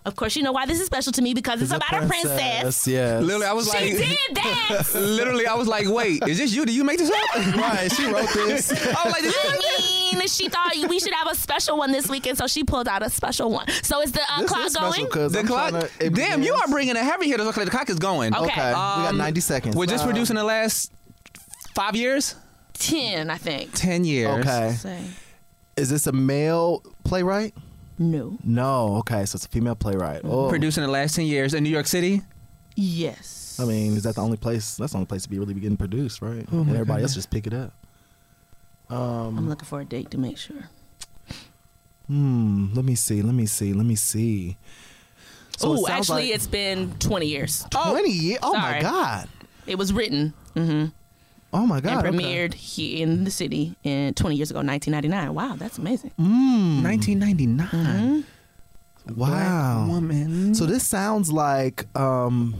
H: Of course, you know why this is special to me because it's, about a princess.
D: Yes.
C: Literally, I was
H: She
C: like,
H: did that.
C: literally, I was like, wait, is this you? Did you make this up?
D: Right, she wrote this.
C: I was like, did you-
H: I mean, she thought we should have a special one this weekend, so she pulled out a special one. So is the uh,
D: This
H: clock
D: is special
H: going?
D: 'cause
C: the
D: I'm
C: clock.
D: tryna- it
C: Damn, you
D: begins-
C: are bringing a heavy hitter. Okay, the clock is going.
H: Okay. uh,
D: Okay, we got
C: Um,
D: 90 seconds.
C: We're just
D: Um,
C: producing the last five years,
H: Ten, I think.
C: ten years.
D: Okay.
H: Say.
D: Is this a male playwright?
H: No.
D: No. Okay, so it's a female
H: Mm-hmm.
D: playwright. Oh.
C: Producing the last ten years in New York City.
H: Yes.
D: I mean, is that the only place? That's the only place to be really getting produced, right?
H: Oh
D: and everybody else just pick it up.
H: I'm looking for a date to make sure.
D: Hmm. Let me see. Let me see. Let me see. So it
H: oh,
D: sounds
H: actually,
D: like
H: it's been 20 years.
D: 20 years. Oh my
H: sorry.
D: god.
H: It was written mhm,
D: Oh my
H: and
D: god. okay.
H: premiered here in the city in 20 years ago, 1999. Wow, that's amazing.
D: Mm-hmm.
C: 1999.
D: Wow.
C: woman.
D: So this sounds like um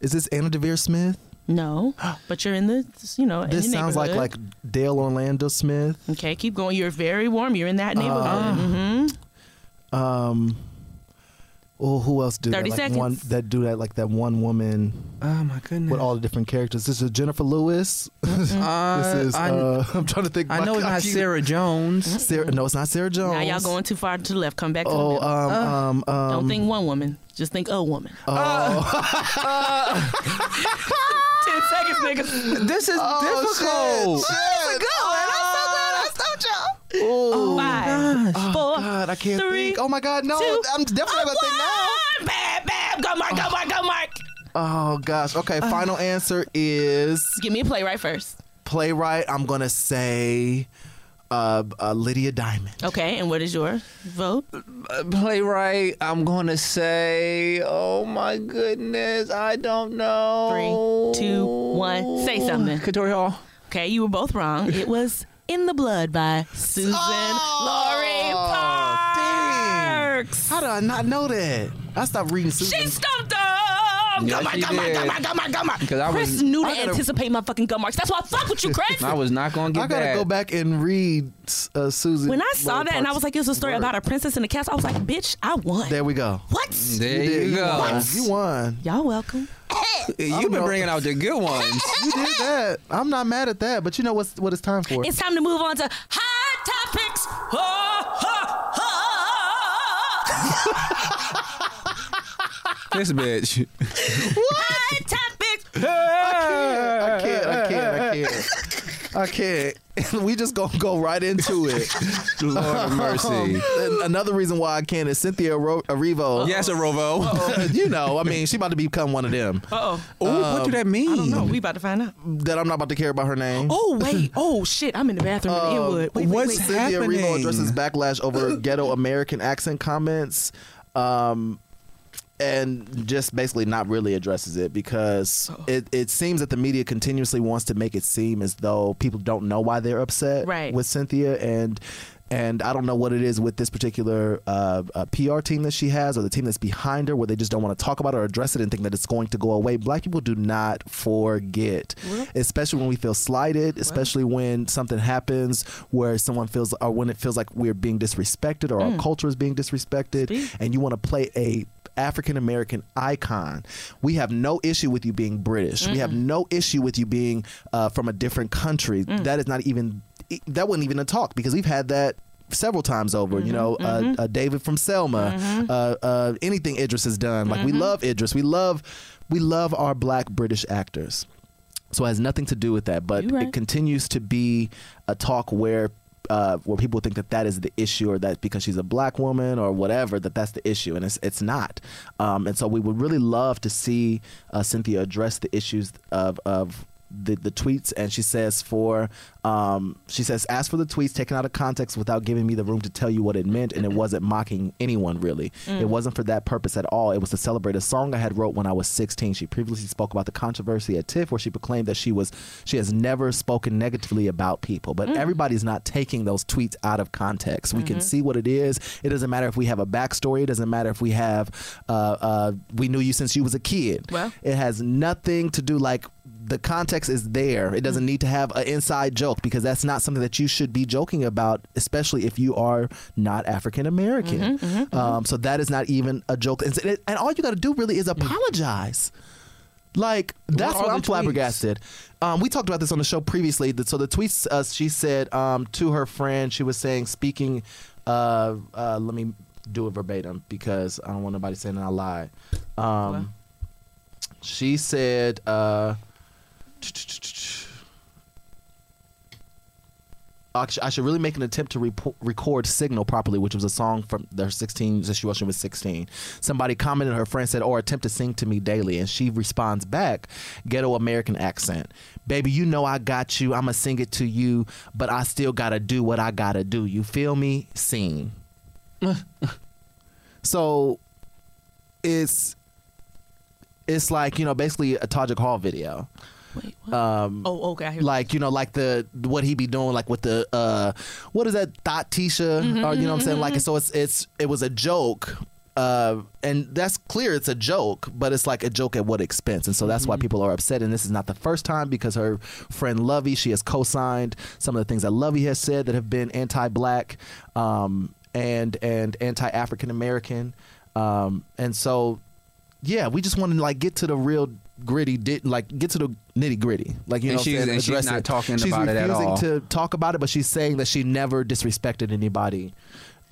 D: is this Anna Devere Smith?
H: No, but you're in the, you know, in
D: This
H: the
D: sounds like like
H: neighborhood.
D: Dale Orlando Smith.
H: Okay, keep going. You're very warm. You're in
D: Uh,
H: that neighborhood. Mhm.
D: Um Oh, who else do
H: 30
D: that? Like
H: seconds.
D: one that do that like that one woman
C: Oh my goodness.
D: with all the different characters. This is Jennifer Lewis.
C: Uh,
D: this is
C: I,
D: uh, I'm trying to think.
C: I
D: my
C: know it's
D: God,
C: not
D: you-
C: Sarah Jones.
D: Sarah. No, it's not Sarah Jones.
H: Now y'all going too far to the left. Come back to the
D: Oh,
H: middle.
D: um, um, um, oh.
H: Don't think one woman. Just think a woman. Ten seconds, niggas.
C: This is difficult.
D: Oh,
H: Five, four,
D: God, I can't
H: three,
D: think. Oh my God, no!
H: two,
D: I'm definitely gonna think now.
H: one. Bam, bam. Go, Mark. Go, Mark. Go, Mark.
D: Oh gosh. Okay. Final answer is
H: Give me a play right first.
D: playwright. I'm gonna say uh, uh, Lydia Diamond.
H: Okay, and what is your vote?
C: Playwright, I'm going to say, oh my goodness, I don't know.
H: Three, two, one. Say something.
C: Katori Hall.
H: Okay, you were both wrong. It was In the Blood by Susan Laurie Parks.
D: How did I not know that? I stopped reading. Susan.
H: She stumped them.
C: Yes,
H: Go, Mark.
C: she
H: Go, Mark. Go,
C: did.
H: Mark. Go, Mark. Go, Mark.
C: 'Cause I
H: Chris
C: was-
H: knew to
D: I gotta-
H: anticipate my fucking gum marks. That's why I fuck with you, Chris.
C: I was not going to get
D: I gotta
C: that.
D: go back and read uh, Susan.
H: when I saw that and I was like, it was a story about a princess and a castle, I was like, bitch, I won.
D: there we go.
H: What?
D: Mm,
C: There you,
D: did.
C: go.
D: won. You won.
H: Y'all welcome.
C: You've been
D: know.
C: bringing out the good ones.
D: You did that. I'm not mad at that. But you know what's what it's time for?
H: It's time to move on to hot topics. Ha, ha, ha.
C: this bitch.
H: what topics?
D: I can't. I can't. I can't. I can't. we just gonna go right into it.
C: Lord have mercy.
D: and another reason why I can't is Cynthia Ro- Arrivo.
C: Yes, Arrivo.
D: you know, I mean, she about to become one of them.
H: Uh
D: Ooh, what do that mean?
H: I don't know. We about to find out.
D: That I'm not about to care about her name.
H: Oh wait. Oh shit. I'm in the bathroom in Inwood. Wait, wait,
D: Um, what's
H: wait.
D: Cynthia Arrivo addresses backlash over ghetto American accent comments, um, and just basically not really addresses it because it, it seems that the media continuously wants to make it seem as though people don't know why they're upset
H: Right.
D: with Cynthia and. And I don't know what it is with this particular uh, uh, PR team that she has, or the team that's behind her, where they just don't want to talk about it or address it and think that it's going to go away. Black people do not forget, especially when we feel slighted, especially when something happens where someone feels, or when it feels like we're being disrespected or our
I: Mm.
D: culture is being disrespected, and you want to play a African American icon. We have no issue with you being British. We have no issue with you being uh, from a different country. That is not even e, that wasn't even a talk because we've had that several times over. you know, Uh, uh, David from Selma, uh, uh, anything Idris has done. Like we love Idris. We love we love our black British actors. So it has nothing to do with that, but
H: You right.
D: it continues to be a talk where uh, where people think that that is the issue, or that because she's a black woman or whatever, that that's the issue, and it's it's not. Um, and so we would really love to see uh, Cynthia address the issues of of. The, the tweets and she says for um, she says ask for the tweets taken out of context without giving me the room to tell you what it meant and it wasn't mocking anyone really
I: Mm.
D: it wasn't for that purpose at all it was to celebrate a song I had wrote when I was 16 she previously spoke about the controversy at TIFF where she proclaimed that she was she has never spoken negatively about people but
I: Mm.
D: everybody everybody's not taking those tweets out of context. We can
I: Mhm.
D: see what it is. It doesn't matter if we have a backstory. It doesn't matter if we have uh, uh, we knew you since you was a kid.
I: Well.
D: it has nothing to do like the context is there. It doesn't need to have an inside joke because that's not something that you should be joking about, especially if you are not African
I: Mhm,
D: American.
I: mhm,
D: Um, so that is not even a joke. And, and- and all you got to do really is apologize. Like that's
I: are
D: what
I: the
D: I'm
I: tweets?
D: flabbergasted. Um, we talked about this on the show previously. That- So the tweets uh, she said um, to her friend, she was saying, speaking. Uh, uh, let me do it verbatim because I don't want nobody saying I lied. Um, she said. Uh, I sh- I should really make an attempt to repo record Signal properly, which was a song from their 16, that she was when she was 16. Somebody commented, her friend said, or attempt to sing to me daily. And she responds back, ghetto American accent. Baby, you know I got you. I'm going to sing it to you, but I still got to do what I got to do. You feel me? Sing. so it's it's like, you know, basically a Tajik Hall video. Wait, what? Um,
H: Oh, okay. I hear
D: like you know like the what he be doing like with the uh what is that thought tisha or you know what i'm saying like so it's it's it was a joke uh, and that's clear it's a joke but it's like a joke at what expense and so that's why people are upset and this is not the first time because her friend lovey she has co-signed some of the things that lovey has said that have been anti-black um, and and anti-african american um, and so yeah we just want to like get to the real gritty di- like get to the nitty gritty like you
C: And
D: know
C: she's-
D: what I'm saying?
C: and she's
D: Address
C: not
D: it.
C: talking
D: She's
C: about it at
D: refusing
C: all.
D: to talk about it but she's saying that she never disrespected anybody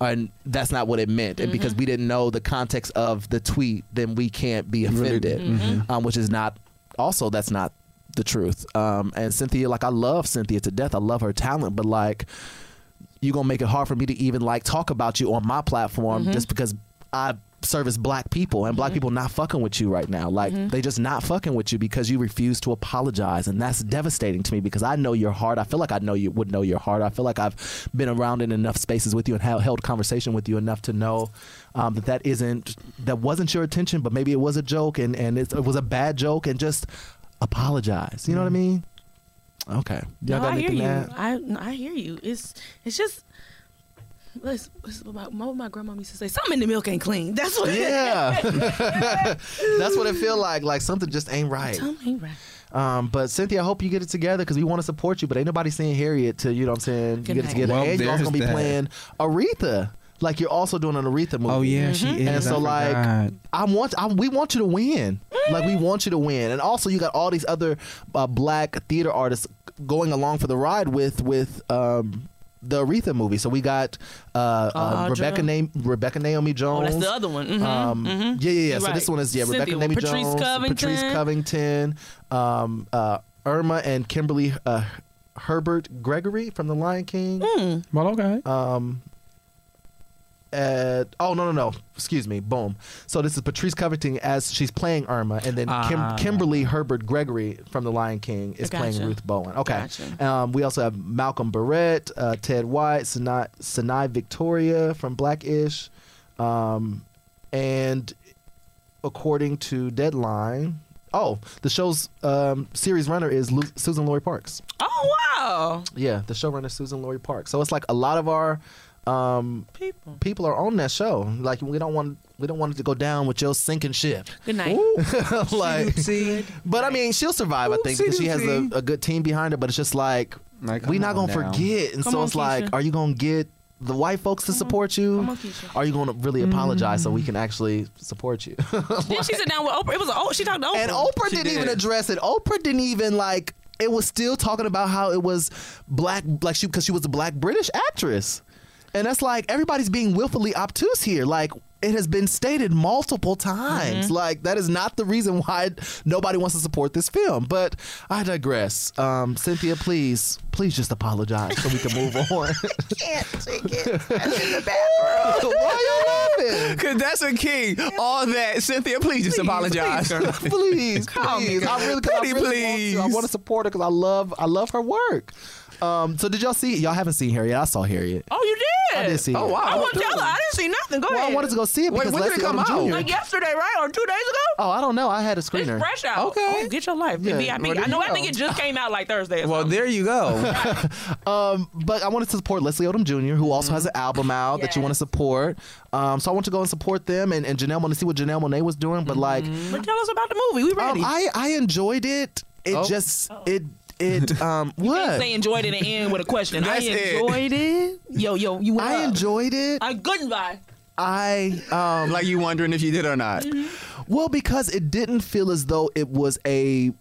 D: and that's not what it meant and because we didn't know the context of the tweet then we can't be offended
I: Mhm.
D: um, which is not also that's not the truth um, and cynthia like i love cynthia to death i love her talent but like you're gonna make it hard for me to even like talk about you on my platform
H: Mm-hmm.
I: Mhm.
D: just because I service black people and black people not fucking with you right now. Like
H: Mm-hmm.
I: Mhm.
D: they just not fucking with you because you refuse to apologize. And that's devastating to me because I know your heart. I feel like I know you would know your heart. I feel like I've been around in enough spaces with you and ha- held conversation with you enough to know um, that that isn't, that wasn't your intention, but maybe it was a joke and, and it's, it was a bad joke and just apologize. You know what I mean? Okay. Y'all
H: Mm. no,
D: got
H: I hear
D: anything
H: you.
D: to add?
H: I no, I hear you. It's it's just. Let's, what's about, my, my grandma used to say, something in the milk ain't clean. That's what
D: Yeah. That's what it feel like. Like something just ain't right.
H: Something ain't right.
D: Um, but Cynthia, I hope you get it together because we want to support you. But ain't nobody seeing Harriet till you know what I'm saying. you
H: Good
D: get it
H: night.
D: together,
C: Well,
D: and you're also
C: there's
D: gonna be
C: that.
D: playing Aretha. Like you're also doing an Aretha movie. Mm-hmm.
C: Oh, yeah, she Mhm. is.
D: And so
C: I
D: like
C: forgot.
D: I want I, we want you to win. Like we want you to win. And also you got all these other uh, black theater artists going along for the ride with with um, the Aretha movie. So we got uh, uh,
H: Audra.
D: Rebecca Na- Rebecca Naomi
H: Oh,
D: Jones.
H: that's the other one. Mhm,
D: Um,
H: mhm.
D: Yeah, yeah, yeah.
H: You're
D: So this
H: right.
D: one is yeah,
H: Cynthia
D: Rebecca
H: one.
D: Naomi
H: Patrice
D: Jones, Patrice
H: Covington.
D: Covington, um, uh, Irma and Kimberly uh, Herbert Gregory from The Lion King.
H: Hmm.
C: Well, okay.
D: Um, uh, oh no no no! Excuse me. Boom. So this is Patrice Covington as she's playing Irma, and then
C: Ah.
D: Kim- Kimberly Herbert Gregory from The Lion King is playing
C: Gotcha.
D: Ruth Bowen. Okay.
C: Gotcha.
D: Um, we also have Malcolm Barrett, uh, Ted White, Sinai, Sinai Victoria from Blackish, um, and according to Deadline, oh, the show's um, series runner is Lu- Susan Lori Parks.
H: Oh wow!
D: Yeah, the showrunner Susan Lori Park. So it's like a lot of our um, people are on that show. Like we don't want we don't want it to go down with your sinking ship.
H: Good night.
D: like, but I mean, she'll survive. I think because she has a,
C: Oopsie-doopsie.
D: a good team behind her. But it's just like, we're
C: come
D: not gonna
C: on now.
D: forget. And
C: Come
D: so
C: on,
D: it's like,
C: Keisha.
D: are you gonna get the white folks to support you?
H: Come on, Keisha. Mm.
D: are you gonna really apologize so we can actually support you?
H: Then she sat down with Oprah. It was a, oh, she talked to Oprah.
D: And Oprah didn't even address it. Oprah didn't even like. It was still talking about how it was black, like she because she was a black British actress, and that's like everybody's being willfully obtuse here. Like it has been stated multiple times.
C: Mhm.
H: Mm-hmm.
D: Like that is not the reason why nobody wants to support this film. But I digress. Um, Cynthia, please, please just apologize so we can move on.
H: Can't take it.
D: Why you laughing?
C: Cause that's a key. All that, Cynthia. Please just apologize.
D: please,
C: Call me,
D: please.
C: girl.
D: I really, 'cause
C: Pretty
D: I really want to. I
C: please.
D: want to support her because I love, I love her work. Um, so did y'all see? Y'all haven't seen Harriet. I saw Harriet.
H: Oh, you did.
D: I did see
H: Oh
D: it.
H: wow! I,
D: I
H: want
D: did.
H: y'all. I didn't see nothing. Go
D: Well, I
H: ahead.
D: wanted to go see it Wait, because when did it Leslie come Odom out? Oh, Jr.
H: Like yesterday, right, or two days ago?
D: Oh, I don't know. I had a screener.
H: Fresh out. Okay. Oh, get your life. The
D: Yeah,
H: VIP.
D: well, there
H: I know.
D: you
H: I think
D: go.
H: it just came out like Thursday. or
D: Well,
H: something.
D: there you go. um, but I wanted to support Leslie Odom Jr., who also has an album out that you want to support. Um, so I want to go and support them and, and Janelle want to see what Janelle Monet was doing. But like,
H: But tell us about the movie. We ready?
D: um, I I enjoyed it. It
H: Oh.
D: just it it um what
H: They enjoyed it and end with a question. I enjoyed it. Yo, yo, you.
D: I enjoyed it.
H: I goodbye.
D: I um
C: like you wondering if you did or not.
D: Well, because it didn't feel as though it was a.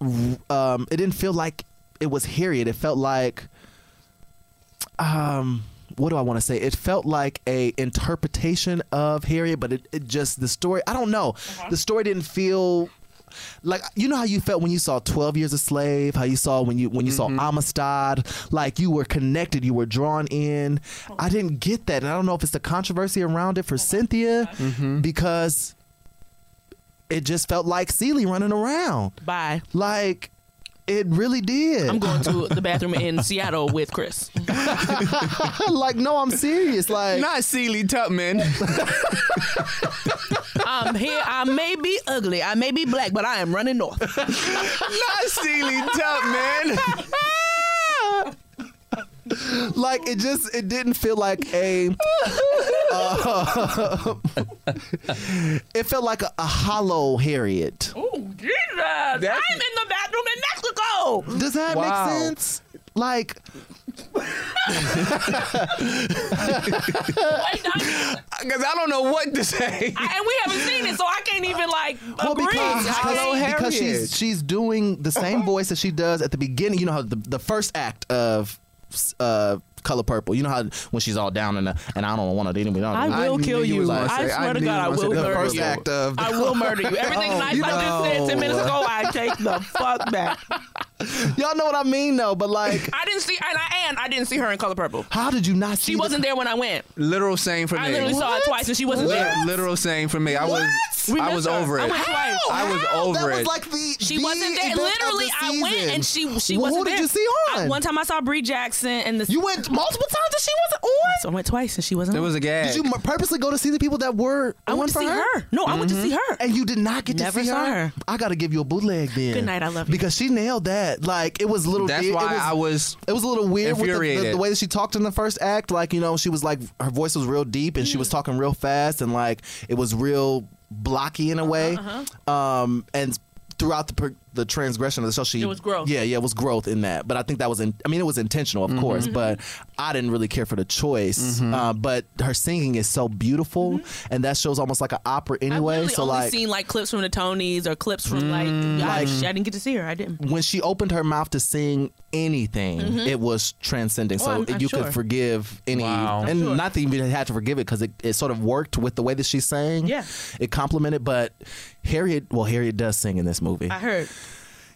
D: Um, it didn't feel like it was Harriet. It felt like. Um, what do I want to say? It felt like a interpretation of Harriet, but it, it just the story. I don't know. The story didn't feel. Like you know how you felt when you saw Twelve Years a Slave, how you saw when you when you saw Amistad, like you were connected, you were drawn in. I didn't get that, and I don't know if it's the controversy around it for Cynthia because it just felt like Celie running around.
H: Bye.
D: Like it really did.
H: I'm going to the bathroom in Seattle with Chris.
D: like no, I'm serious. Like
C: not Seeley Tubman.
H: I'm Um, here. I may be ugly. I may be black, but I am running north.
C: not Seeley Tubman.
D: like it just it didn't feel like a uh, it felt like a, a hollow harriet
H: Oh Jesus! I'm in the bathroom in Mexico.
D: does that
H: Wow.
D: make sense like
C: Because I don't know what to say.
H: I, and we haven't seen it, so I can't even like
D: well,
H: agree.
D: because,
H: I
D: because-
H: can't-
D: because she's she's doing the same voice that she does at the beginning. You know how the, the first act of uh, Color Purple. You know how when she's all down and and I don't want to anyway.
H: I will kill you. I swear to God, I will
D: The
H: murder
D: first
H: you.
D: act of
H: I will murder you. Everything
D: Oh,
H: nice I just said ten minutes
D: no.
H: ago, I take the fuck back.
D: Y'all know what I mean though, but like,
H: I didn't see, and I and I didn't see her in Color Purple.
D: how did you not see?
H: She wasn't there when I went.
C: Literal same for me.
H: I literally saw it twice, and she wasn't
C: Lit-
H: there.
C: Literal same for me. I was
H: We
C: I
H: missed
C: was
H: her.
C: over it.
H: I went twice.
C: I was over it.
D: the
H: She wasn't there. Literally, I went and she she wasn't there. I- one time I saw Brie Jackson and the
D: You went multiple times and she wasn't on.
H: So I went twice and she wasn't.
C: There was a gag.
D: Did you m- purposely go to see the people that were?
H: I
D: on
H: went to
D: for
H: see her. Mm-hmm. No, I went to see her.
D: And you did not get
H: Never
D: to see
H: saw her.
D: I gotta give you a bootleg then.
H: Good night, I love you.
D: Because she nailed that. Like it was a little.
C: That's
D: it,
C: why
D: it was,
C: I was
D: It was a little weird with the- the,
C: infuriated.
D: the way that she talked in the first act. Like you know, she was like her voice was real deep and she
H: Mm.
D: was talking real fast and
H: Uh-huh,
D: like it was real blocky in a way. Um, and throughout the per- the transgression of the show. She
H: It was growth.
D: Yeah, yeah, it was growth in that. But I think that was in. I mean, it was intentional,
C: Mm-hmm.
D: of course.
H: Mhm.
D: But I didn't really care for the choice. Uh, but her singing is so beautiful, and that show's almost like an opera anyway.
H: Really
D: so
H: Mm-hmm. only
D: like.
H: seen like clips from the Tonys or clips from
D: Mm,
H: like,
D: like-
H: I, I didn't get to see her. I didn't.
D: when she opened her mouth to sing anything,
H: Mhm.
D: it was transcending.
H: Oh,
D: so
H: I'm- I'm
D: you
H: sure.
D: could forgive any, and not that you even had to forgive it because it, it sort of worked with the way that she sang. Yeah, it complemented. But Harriet, well, Harriet does sing in this movie.
H: I heard.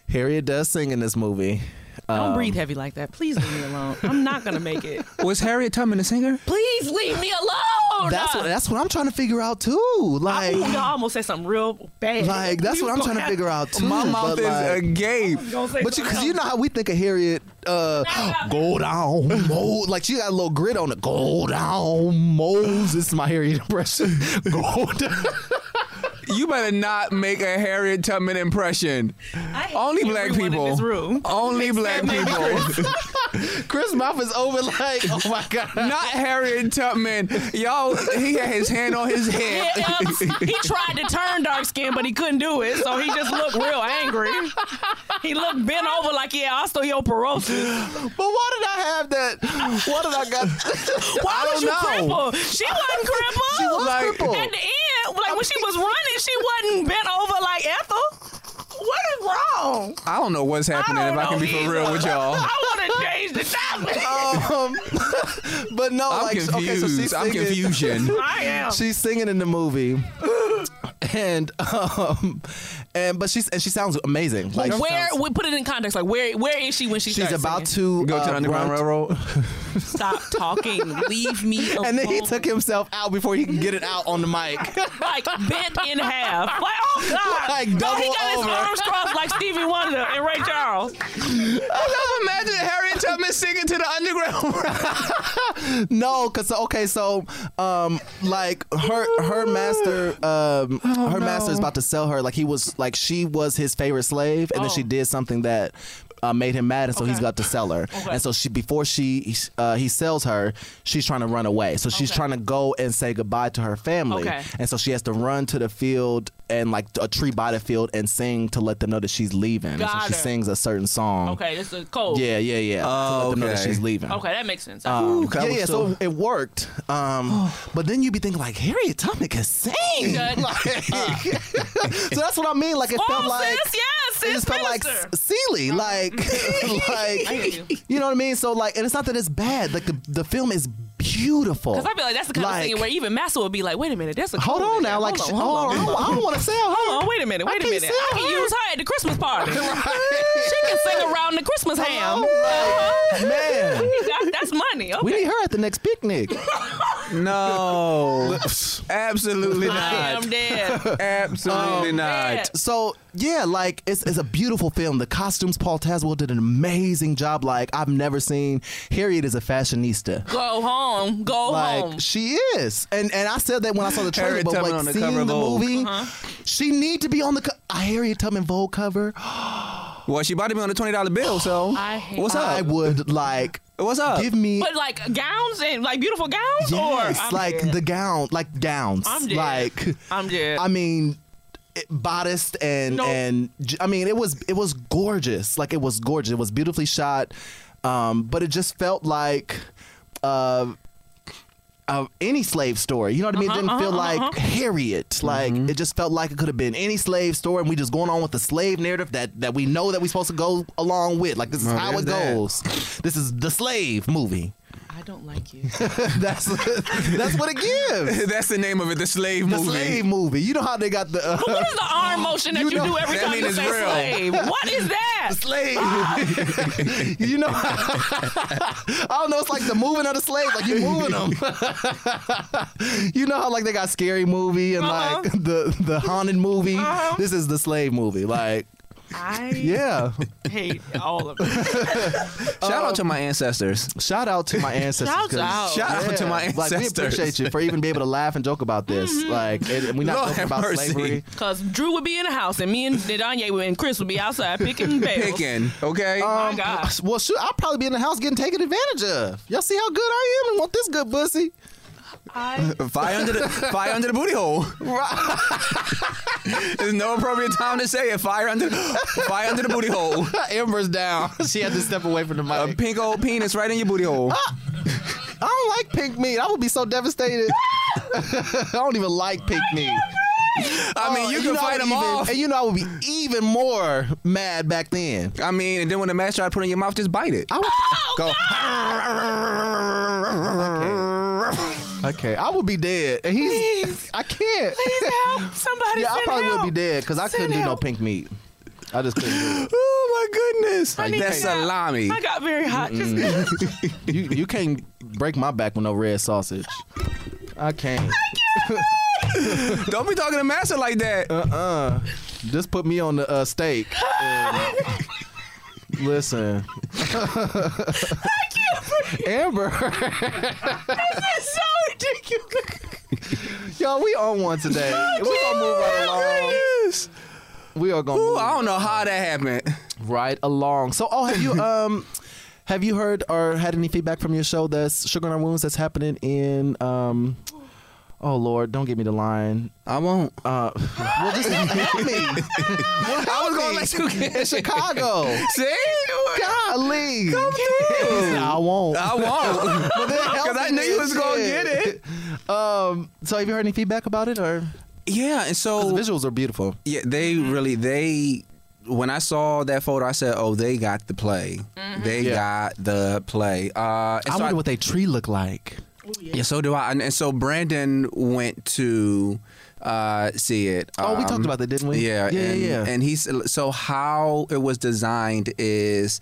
D: Harriet does sing in this movie.
H: Don't
D: Um,
H: breathe heavy like that. Please leave me alone. I'm not gonna make it.
C: Was Harriet Tubman a singer?
H: Please leave me alone.
D: That's what that's what I'm trying to figure out too. Like,
H: Ooh, no, I almost said something real bad.
D: like that's
H: You
D: what I'm
H: gonna
D: trying to
H: have-
D: figure out too.
C: My mouth
D: but,
C: is
D: like,
C: agape.
D: But you, cause you know how we think of Harriet, uh, go down, Mo-" like she got a little grit on it. Go down, Moses, my Harriet impression. Go down.
C: You better not make a Harriet Tubman impression. Only black
D: everyone in
C: people.
D: this room.
C: Only black
D: Except maybe
C: people.
D: Chris mouth is over. Like, oh my god,
C: not Harriet Tubman. Y'all, he had his hand on his head.
H: Yeah, um, he tried to turn dark skin, but he couldn't do it, so he just looked real angry. He looked bent over like he had osteoporosis.
D: But why did I have that? Why did I got?
H: Why
D: I don't
H: was you
D: know.
H: crippled? She wasn't crippled.
D: She was Like- crippled.
H: At the end, like when she was running, she wasn't bent over like Ethel. What is wrong?
C: I don't know what's happening if I can be for real with y'all.
H: I want to change the topic.
D: Um, but no,
C: I'm
D: like okay, so she's
C: confused. I'm
D: singing-
C: confusion.
H: I am.
D: She's singing in the movie, and um, and but she's and she sounds amazing.
H: Like
D: she
H: where
D: sounds-
H: we put it in context, like where where is she when she
D: she's
H: starts
D: about
H: singing?
D: to uh, run-
C: Railroad.
H: stop talking, leave me alone.
D: And then he took himself out before he could get it out on the mic.
H: like bent in half. Like, oh God.
D: Like,
H: Oh, he
D: double
H: got
D: over.
H: his arms crossed like Stevie Wonder and Ray Charles.
C: I love imagining Harriet Tubman singing to the underground.
D: no, cause okay, so um, like her her master um
C: Oh,
D: her master is about to sell her. Like he was like she was his favorite slave, and then
C: Oh.
D: she did something that. Uh, made him mad, and so he's got to sell her. And so she, before she uh, he sells her, she's trying to run away. So she's trying to go and say goodbye to her family.
H: Okay.
D: And so she has to run to the field and like a tree by the field and sing to let them know that she's leaving. And
H: Got
D: so she
H: her.
D: sings a certain song.
H: Okay, this is cold.
D: Yeah, yeah, yeah. to let them know that
C: okay.
D: she's leaving.
H: Okay, that makes sense.
D: Um,
C: I
D: Oh, yeah,
C: was
D: yeah. So it worked, um, but then you'd be thinking like Harriet Tubman can sing.
H: Good.
D: Like- so that's what I mean. Like it
H: Oh,
D: felt like
H: sis, yes,
D: it
H: sis
D: just felt like
H: minister. Um,
D: S- Seeley. Like,
H: hear
D: like
H: you.
D: you know what I mean. So like, and it's not that it's bad. Like the the film is beautiful.
H: Because I feel like that's the kind of
D: Like-
H: thing where even Massa would be like, wait a minute, that's a
D: Hold
H: cold
D: on
H: in
D: now,
H: there.
D: like,
H: hold
D: sh-
H: on, hold on,
D: oh, I don't want to sell her.
H: Hold on, wait a minute,
D: I
H: wait a
D: can't
H: minute.
D: sell
H: I can
D: her.
H: use her at the Christmas party. she can sing around the Christmas ham.
D: Hello? Man.
H: That- that's money. Okay.
D: We need her at the next picnic.
C: No, absolutely
H: I am
C: not.
H: dead.
C: Absolutely
D: Um,
C: not.
D: So yeah, like it's, it's a beautiful film. The costumes, Paul Taswell did an amazing job. Like I've never seen. Harriet is a fashionista.
H: Go home. Go
D: like
H: home.
D: she is, and and I said that when I saw the trailer,
C: Oh. Harriet
D: but
C: Tubman
D: like
C: on the
D: seeing
C: cover
D: the
C: of Vogue. Uh-huh.
D: movie, she need to be on the co- a Harriet Tubman Vogue cover.
C: Well, she about to be on a twenty dollar bill. So
H: I hate
C: what's up?
D: I would like
C: what's up?
D: give me
H: But like gowns and like beautiful gowns
D: yes,
H: or I'm
D: like
H: dead.
D: the gown, like gowns,
H: I'm dead.
D: like
H: I'm dead.
D: I mean, it, bodice and
H: Nope.
D: and j- I mean, it was it was gorgeous. Like it was gorgeous. It was beautifully shot, um, but it just felt like. Uh, of any slave story, you know what I mean? It didn't feel like Harriet. Like it just felt like it could have been any slave story, and we just going on with the slave narrative that that we know that we're supposed to go along with. Like this is
C: Well,
D: how
C: there's
D: it
C: that.
D: goes. This is the slave movie.
H: I don't like you.
D: That's that's what it gives.
C: That's the name of it, the slave
D: The
C: movie.
D: slave movie. You know how they got the
H: But
D: uh,
H: what is the arm motion that
D: You
H: you,
D: know-
H: do every
C: that
H: time
C: mean
H: you
C: it's
H: say
C: real.
H: slave? What is that?
D: slave. you know, I don't know. It's like the moving of the slave. Like you moving them. you know how like they got scary movie and
H: Uh-huh.
D: like the the haunted movie. This is the slave movie. Like
H: I
D: yeah.
H: hate all of it.
C: Shout out to my ancestors.
D: Shout out to my ancestors.
H: Shout
D: 'cause-
H: out.
C: Shout out to my
D: Like we
C: ancestors.
D: appreciate you for even be able to laugh and joke about this.
H: Mm-hmm.
D: Like and and we're not
C: Lord
D: joking
C: have
D: about
C: mercy.
D: slavery.
H: Cause Drew would be in the house and me and Danye would- and Chris would be outside picking bells.
C: Picking, okay?
H: Oh My God.
D: Um, Well, shoot, I'll probably be in the house getting taken advantage of. Y'all see how good I am and want this good pussy.
H: I,
C: fire under the fire under the booty hole. There's no appropriate time to say it. Fire under, fire under the booty hole.
D: Amber's down. She had to step away from the mic. Ah!
C: A pink old penis right in your booty hole.
D: I don't like pink meat. I would be so devastated. I don't even like pink meat.
C: I mean, you can
D: Oh, I
C: fight
D: would
C: them
D: even-
C: off.
D: And you know, I would be even more mad back then.
C: I mean, and then when the master tried to put it in your mouth, just bite it.
D: I would go. Oh, Okay, I would be dead. And he's. I can't.
H: Please help. Somebody
D: yeah, I
H: send
D: probably
H: help.
D: would be dead because I
H: Send
D: couldn't do no
H: help.
D: pink meat. I just couldn't. Do it.
C: Oh my goodness!
D: Like,
C: That's
D: that's a
C: salami.
H: I got very hot. Just
D: you you can't break my back with no red sausage. I can't.
C: Don't be talking to master like that.
D: Just put me on the uh, steak. and- listen, Amber.
H: so ridiculous.
D: Yo, we on one today. we gonna move right along.
C: Oh, Goodness.
D: We are gonna
C: Ooh,
D: move
C: I don't know how that happened.
D: right along. So, oh, have you um, have you heard or had any feedback from your show that's Sugar in Our Wounds that's happening in um, oh Lord, don't give me the line.
C: I won't.
D: Uh, well, just help me.
C: I was gonna let you get
D: in Chicago.
C: See?
D: Golly, come
C: through.
D: I won't.
C: I won't. Because I knew you was gonna get it.
D: Um, so have you heard any feedback about it or?
C: Yeah, and so
D: 'cause The visuals are beautiful.
C: Yeah, they really they when I saw that photo, I said, "Oh, they got the play.
D: Mm-hmm.
C: They
D: Yeah.
C: got the play." Uh, and
D: I
C: so
D: wonder what they tree look like.
C: yeah, so do I. And, and so Brandon went to uh, see it.
D: Oh, we talked about that, didn't we?
C: Um,
D: Yeah,
C: Yeah, and,
D: yeah, yeah.
C: And he's so how it was designed is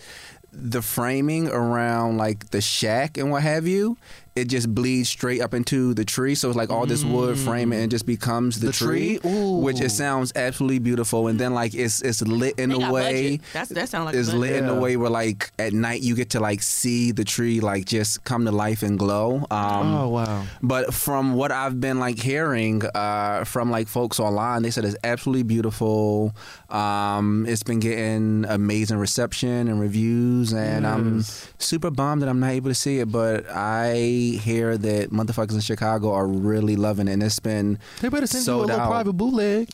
C: the framing around like the shack and what have you. It just bleeds straight up into the tree, so it's like all this wood
D: Mm.
C: framing and just becomes the,
D: The tree? Ooh.
C: which it sounds absolutely beautiful. And then like it's it's lit in
H: They
C: a
H: got
C: way
H: budget. That's- that sound like
C: it's
H: budget.
C: lit in a
D: Yeah.
C: way where like at night you get to like see the tree like just come to life and glow. Um,
D: Oh, wow.
C: but from what I've been like hearing uh, from like folks online, they said it's absolutely beautiful. Um, it's been getting amazing reception and reviews, and I'm super bummed that I'm not able to see it. But I hear that motherfuckers in Chicago are really loving it, and it's been
D: They better send you a
C: sold
D: little
C: out.
D: private bootleg.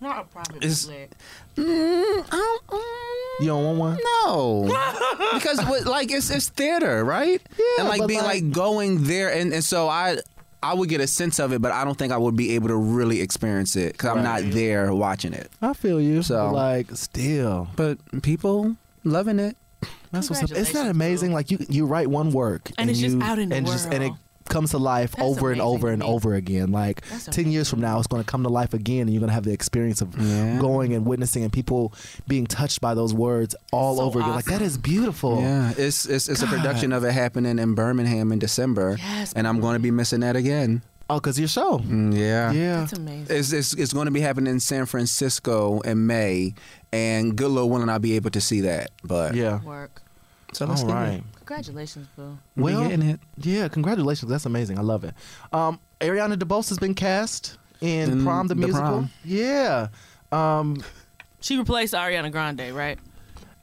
H: Not a problem.
C: It's-
H: Blair.
C: Mm, I don't- mm.
D: You don't want one?
C: No, because what- like it's it's theater, right?
D: Yeah,
C: and like
D: but,
C: being
D: like-
C: like, going there, and, and so I I would get a sense of it, but I don't think I would be able to really experience it because I'm not there watching it.
D: I feel you.
C: So-
D: So like, still,
C: But people loving it.
D: that's what's up. Isn't that
H: Congratulations,
D: amazing?
H: bro.
D: Like you, you write one work
H: And it's just
D: you-
H: out in the
D: and just- and it
H: world.
D: comes to life
H: That's
D: over and
H: amazing
D: over
H: to
D: and
H: me.
D: over again. Like
H: That's
D: ten years from now, it's going to come to life again, and you're going to have the experience of
C: Yeah.
D: going and witnessing and people being touched by those words all
H: So
D: over again. Like that is beautiful.
C: Yeah, it's it's, it's a production of it happening in Birmingham in December,
H: Yes,
C: and I'm going to be missing that again.
D: Oh, cause your show.
C: Mm, Yeah,
D: Yeah.
H: That's amazing.
C: It's, it's, it's going to be happening in San Francisco in May, and good Lord willing, I'll be able to see that. But
D: Yeah.
H: Work.
C: so let's
D: All
C: do it.
D: right.
H: Congratulations, boo.
D: Well,
C: getting it.
D: yeah. Congratulations. That's amazing. I love it. Um, Ariana DeBose has been cast in,
C: In
D: Prom the,
C: The
D: Musical.
C: Prom.
D: Yeah. Um,
H: She replaced Ariana Grande, right?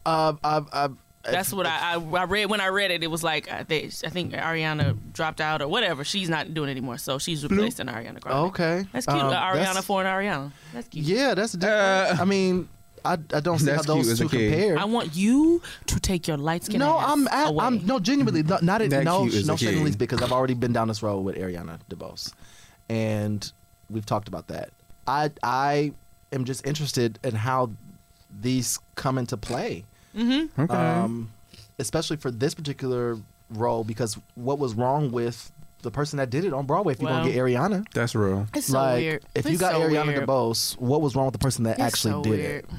D: uh, I, I,
H: That's what I, I I read when I read it. It was like I think, I think Ariana dropped out or whatever. She's not doing it anymore, so she's replacing Ariana Grande.
D: Okay.
H: that's cute.
D: Um,
H: Uh, Ariana
D: that's-
H: for an Ariana. That's cute.
D: Yeah, that's different. I mean, I, I don't see how
C: Uh, That's cute
D: those
C: as
D: two
C: a kid.
D: compare.
H: I want you to take your light skin.
D: no,
H: ass
D: I'm at,
H: away.
D: I'm no genuinely
H: Mm-hmm.
D: not, not at,
C: That
D: no
C: cute as
D: no
C: a kid.
D: second least because I've already been down this road with Ariana DeBose, and we've talked about that. I I am just interested in how these come into play.
H: Mm-hmm.
C: Okay.
D: um, especially for this particular role because what was wrong with the person that did it on Broadway? If you're
H: Well,
D: gonna get Ariana,
C: That's real.
H: It's so
D: like
H: weird.
D: if you
H: It's
D: got
H: so
D: Ariana
H: weird.
D: DeBose, what was wrong with the person that
H: It's
D: actually
H: so
D: did
H: weird.
D: it?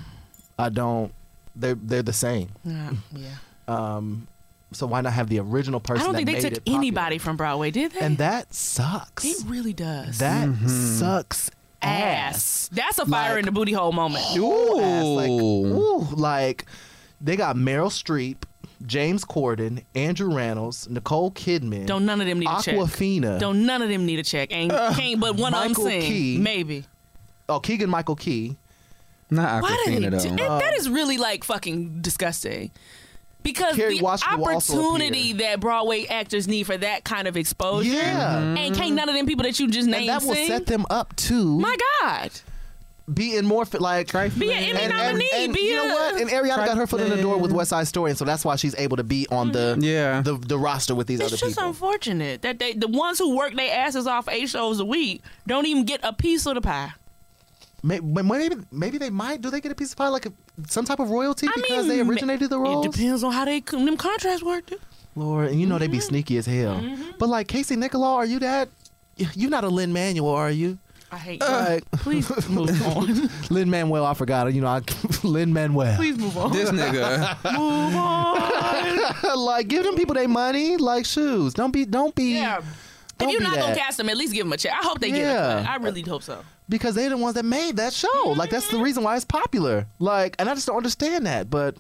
D: I don't. They're they're the same.
H: Yeah, yeah.
D: Um, so why not have the original person?
H: Hmm. I
D: that
H: don't think they
D: made
H: took
D: it popular?
H: anybody from Broadway, did they?
D: and that sucks.
H: it really does.
D: that sucks
H: ass.
D: ass.
H: That's a fire
D: Like-
H: in the booty hole moment.
D: Ooh, ass. Like,
C: Ooh.
D: ooh, like they got Meryl Streep, James Corden, Andrew Rannells, Nicole Kidman.
H: Don't none of them need a check.
D: Aquafina.
H: Don't none of them need a check. Ain't can't but one of them
D: Uh, Michael
H: sing.
D: Key.
H: Maybe.
D: Oh, Keegan Michael Key.
C: Not
H: Why did they
C: Aquafina
H: do it,
D: um,
C: though.
H: That is really like fucking disgusting. Because
D: Kerry
H: the
D: Washington will also
H: opportunity that Broadway actors need for that kind of exposure,
D: Yeah.
H: Mm-hmm. and can't none of them people that you just
D: And
H: named
D: that will
H: sing.
D: set them up to
H: My God,
D: be in more fi- like
H: Be an Emmy
D: and,
H: nominee,
D: And, and
H: be
D: you know
H: a-
D: what? And Ariana got her foot in the door with West Side Story, and so that's why she's able to be on the yeah the, the roster with these
H: It's
D: other
H: just
D: people.
H: unfortunate that they, the ones who work their asses off eight shows a week, don't even get a piece of the pie.
D: Maybe, maybe maybe they might. Do they get a piece of pie like a, some type of royalty because they
H: ma-
D: originated the roles?
H: It depends on how they con- them contracts work. Too.
D: Lord, and you know they
H: Mm-hmm.
D: be sneaky as hell. But like Casey Nicola, are you that? You're not a Lin Manuel, are you?
H: I hate
D: Uh,
H: Please move on.
D: Lin Manuel, I forgot. You know, I, Lin Manuel.
H: Please move on.
C: This nigga.
H: move on.
D: like, give them people their money, like shoes. Don't be, don't be.
H: Yeah.
D: Don't
H: if you're
D: be
H: not
D: that.
H: gonna cast them, at least give them a check. I hope they
D: Yeah.
H: get it. I really hope so.
D: because they're the ones that made that show. Like that's the reason why it's popular. Like, and I just don't understand that. But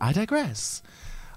D: I digress.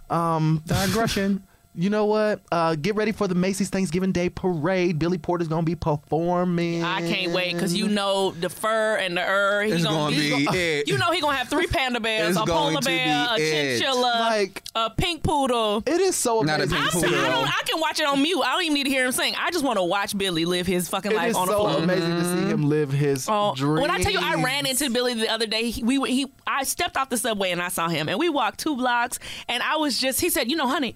D: Um,
C: Digression.
D: You know what? Uh, get ready for the Macy's Thanksgiving Day Parade. Billy Porter's gonna be performing.
H: I can't wait because you know the fur and the er. He
D: It's gonna
H: he's
D: be
H: gonna-
D: it.
H: You know he gonna have three panda bears,
D: It's
H: a
D: going
H: polar
D: to
H: bear, a
D: be it.
H: chinchilla, a pink poodle.
D: It is so
C: Not a
D: amazing.
H: I'm,
C: pink
H: I, don't, I can watch it on mute. I don't even need to hear him sing. I just want to watch Billy live his fucking
D: It
H: life
D: is
H: on the
D: so
H: floor.
D: amazing to see him live his dream.
H: When I tell you, I ran into Billy the other day. He, we were- he I stepped off the subway and I saw him, and we walked two blocks. And I was just, he said, you know, honey,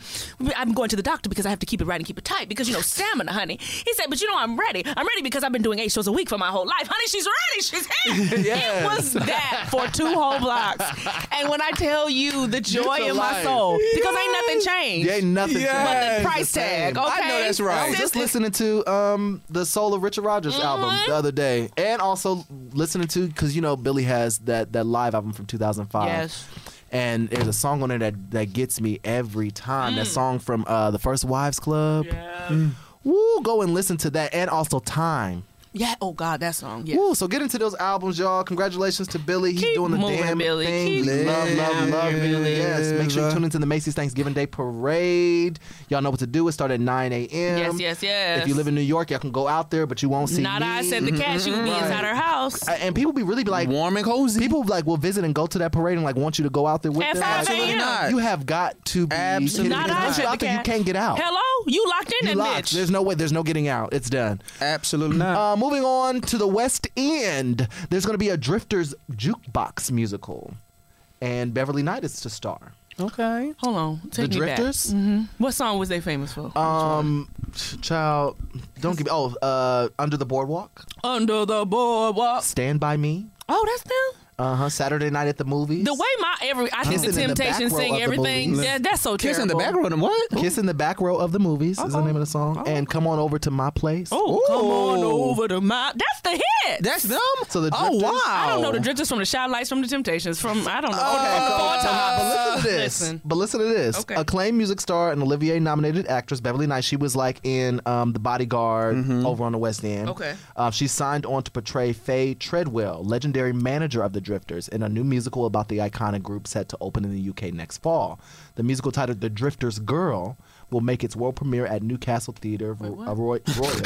H: I'm going to the doctor because I have to keep it right and keep it tight because you know stamina, honey. He said, but you know, I'm ready. I'm ready because I've been doing eight shows a week for my whole life, honey. She's ready. She's here.
D: Yes.
H: It was that for two whole blocks. And when I tell you the joy
D: your
H: in my
D: life.
H: soul, because ain't nothing changed.
D: Yeah, ain't nothing changed.
H: But
D: Yes.
H: the price tag. Okay,
C: I know
D: I was
C: that's right.
D: just listening to um, the Soul of Richard Rogers album the other day, and also listening to because you know Billy has that that live album from 2005.
H: Yes.
D: And there's a song on there that that gets me every time. That song from uh, the First Wives Club. Yeah. Woo, go and listen to that, and also Time.
H: Yeah. Oh God, that song. Yeah.
D: Woo, so get into those albums, y'all. Congratulations to Billy. He's doing the
H: moving,
D: damn
H: Billy.
D: thing.
H: Keep
D: love, love,
H: moving,
D: love,
H: Billy.
D: Yes, make sure you tune into the Macy's Thanksgiving Day Parade. Y'all know what to do. It starts at 9 a.m.
H: Yes, yes, yes.
D: If you live in New York, y'all can go out there, but you won't see
H: Not
D: me.
H: I said
D: Mm-hmm,
H: the cat. You would be inside her house.
D: I- And people be really be like warm and cozy. People like will visit and go to that parade and like want you to go out there with
H: At
D: them.
H: 5
D: Like,
H: a.m..
D: You have got to be kidding
H: Absolutely
D: me.
H: not.
D: Because
H: I
D: once
H: said
D: you're
H: the
D: out there, you
H: cat.
D: can't get out.
H: Hello, you locked in
D: You
H: that
D: locked.
H: bitch.
D: There's no way. There's no getting out. It's done. Absolutely not. Uh, moving on to the West End. There's going to be a Drifters jukebox musical, and Beverly Knight is to star.
H: Okay. Hold on. Take
D: The
H: me back.
D: Drifters?
H: Mhm. What song was they famous for?
D: Um, child, don't give me. Oh, uh, Under the Boardwalk,
H: Under the boardwalk.
D: Stand by Me.
H: Oh, that's them.
D: Uh huh. Saturday Night at the Movies.
H: The way my every I think
D: Kissing
H: the
D: in the back
H: Temptations
D: row of
H: sing
D: the
H: everything.
D: movies.
H: That, that's so terrible.
D: of the what? Kiss in the back row of the movies is the name of the song. And come on over to my place.
H: Oh, come on over to my. That's the hit.
D: That's them? So the
H: Oh
D: Drifters-
H: wow! I don't know the drifters from the Shy Lights from the Temptations from I don't know.
D: But listen to this.
H: Listen.
D: But listen to this.
H: Okay.
D: Acclaimed music star and Olivier nominated actress Beverly Knight. She was like in um, The Bodyguard over on the West End.
H: Okay.
D: Uh, she signed on to portray Faye Treadwell, legendary manager of the Drifters, in a new musical about the iconic group set to open in the UK next fall. The musical titled The Drifters Girl will make its world premiere at Newcastle Theatre uh, Roy- Royal.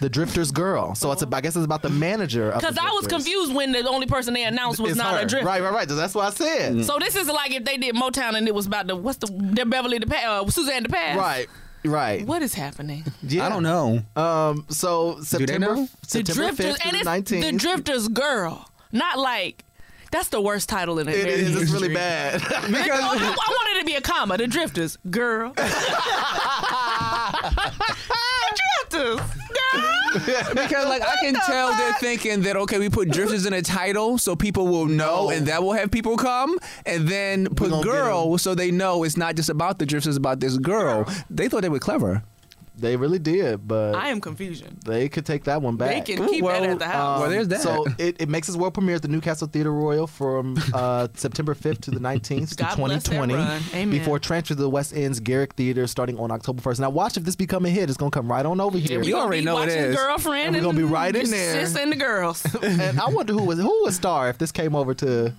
D: the Drifters Girl. So it's a, I guess it's about the manager of the
H: Because I was
D: Drifters.
H: confused when the only person they announced was
D: It's her.
H: not
D: Mm-hmm.
H: a drifter.
D: Right, right, right. That's what I said.
H: So this is like if they did Motown and it was about the what's the, the Beverly the pa- uh, Suzanne the Pass.
D: Right. Right.
H: What is happening?
D: Yeah. I don't know. Um. So September,
C: know?
H: The
D: September
H: Drifters
D: fifth
H: and
D: through
H: it's
D: nineteenth.
H: the Drifters girl, not like. That's the worst title in the
D: It
H: American
D: is. It's really
H: history.
D: bad.
H: Because I, I wanted it to be a comma. The Drifters girl. the Drifters girl.
C: because like I can tell they're thinking that okay, we put drifters in a title so people will know and that will have people come, and then put girl so they know it's not just about the drifters, it's about this girl. They thought they were clever.
D: They really did, but
H: I am confusion.
D: they could take that one back.
H: They can keep that at the house.
D: Um,
C: Well, there's that.
D: So it, it makes its world premiere at the Newcastle Theatre Royal from uh, September 5th to the 19th to
H: God bless that
D: 2020
H: run. Amen.
D: before transfer to the West End's Garrick Theatre starting on October 1st. Now watch if this become a hit. It's going to come right on over here.
H: We gonna be watching Girlfriend.
D: And we're going to be right in
H: the
D: there.
H: Sis and the girls.
D: and I wonder who was who was star if this came over to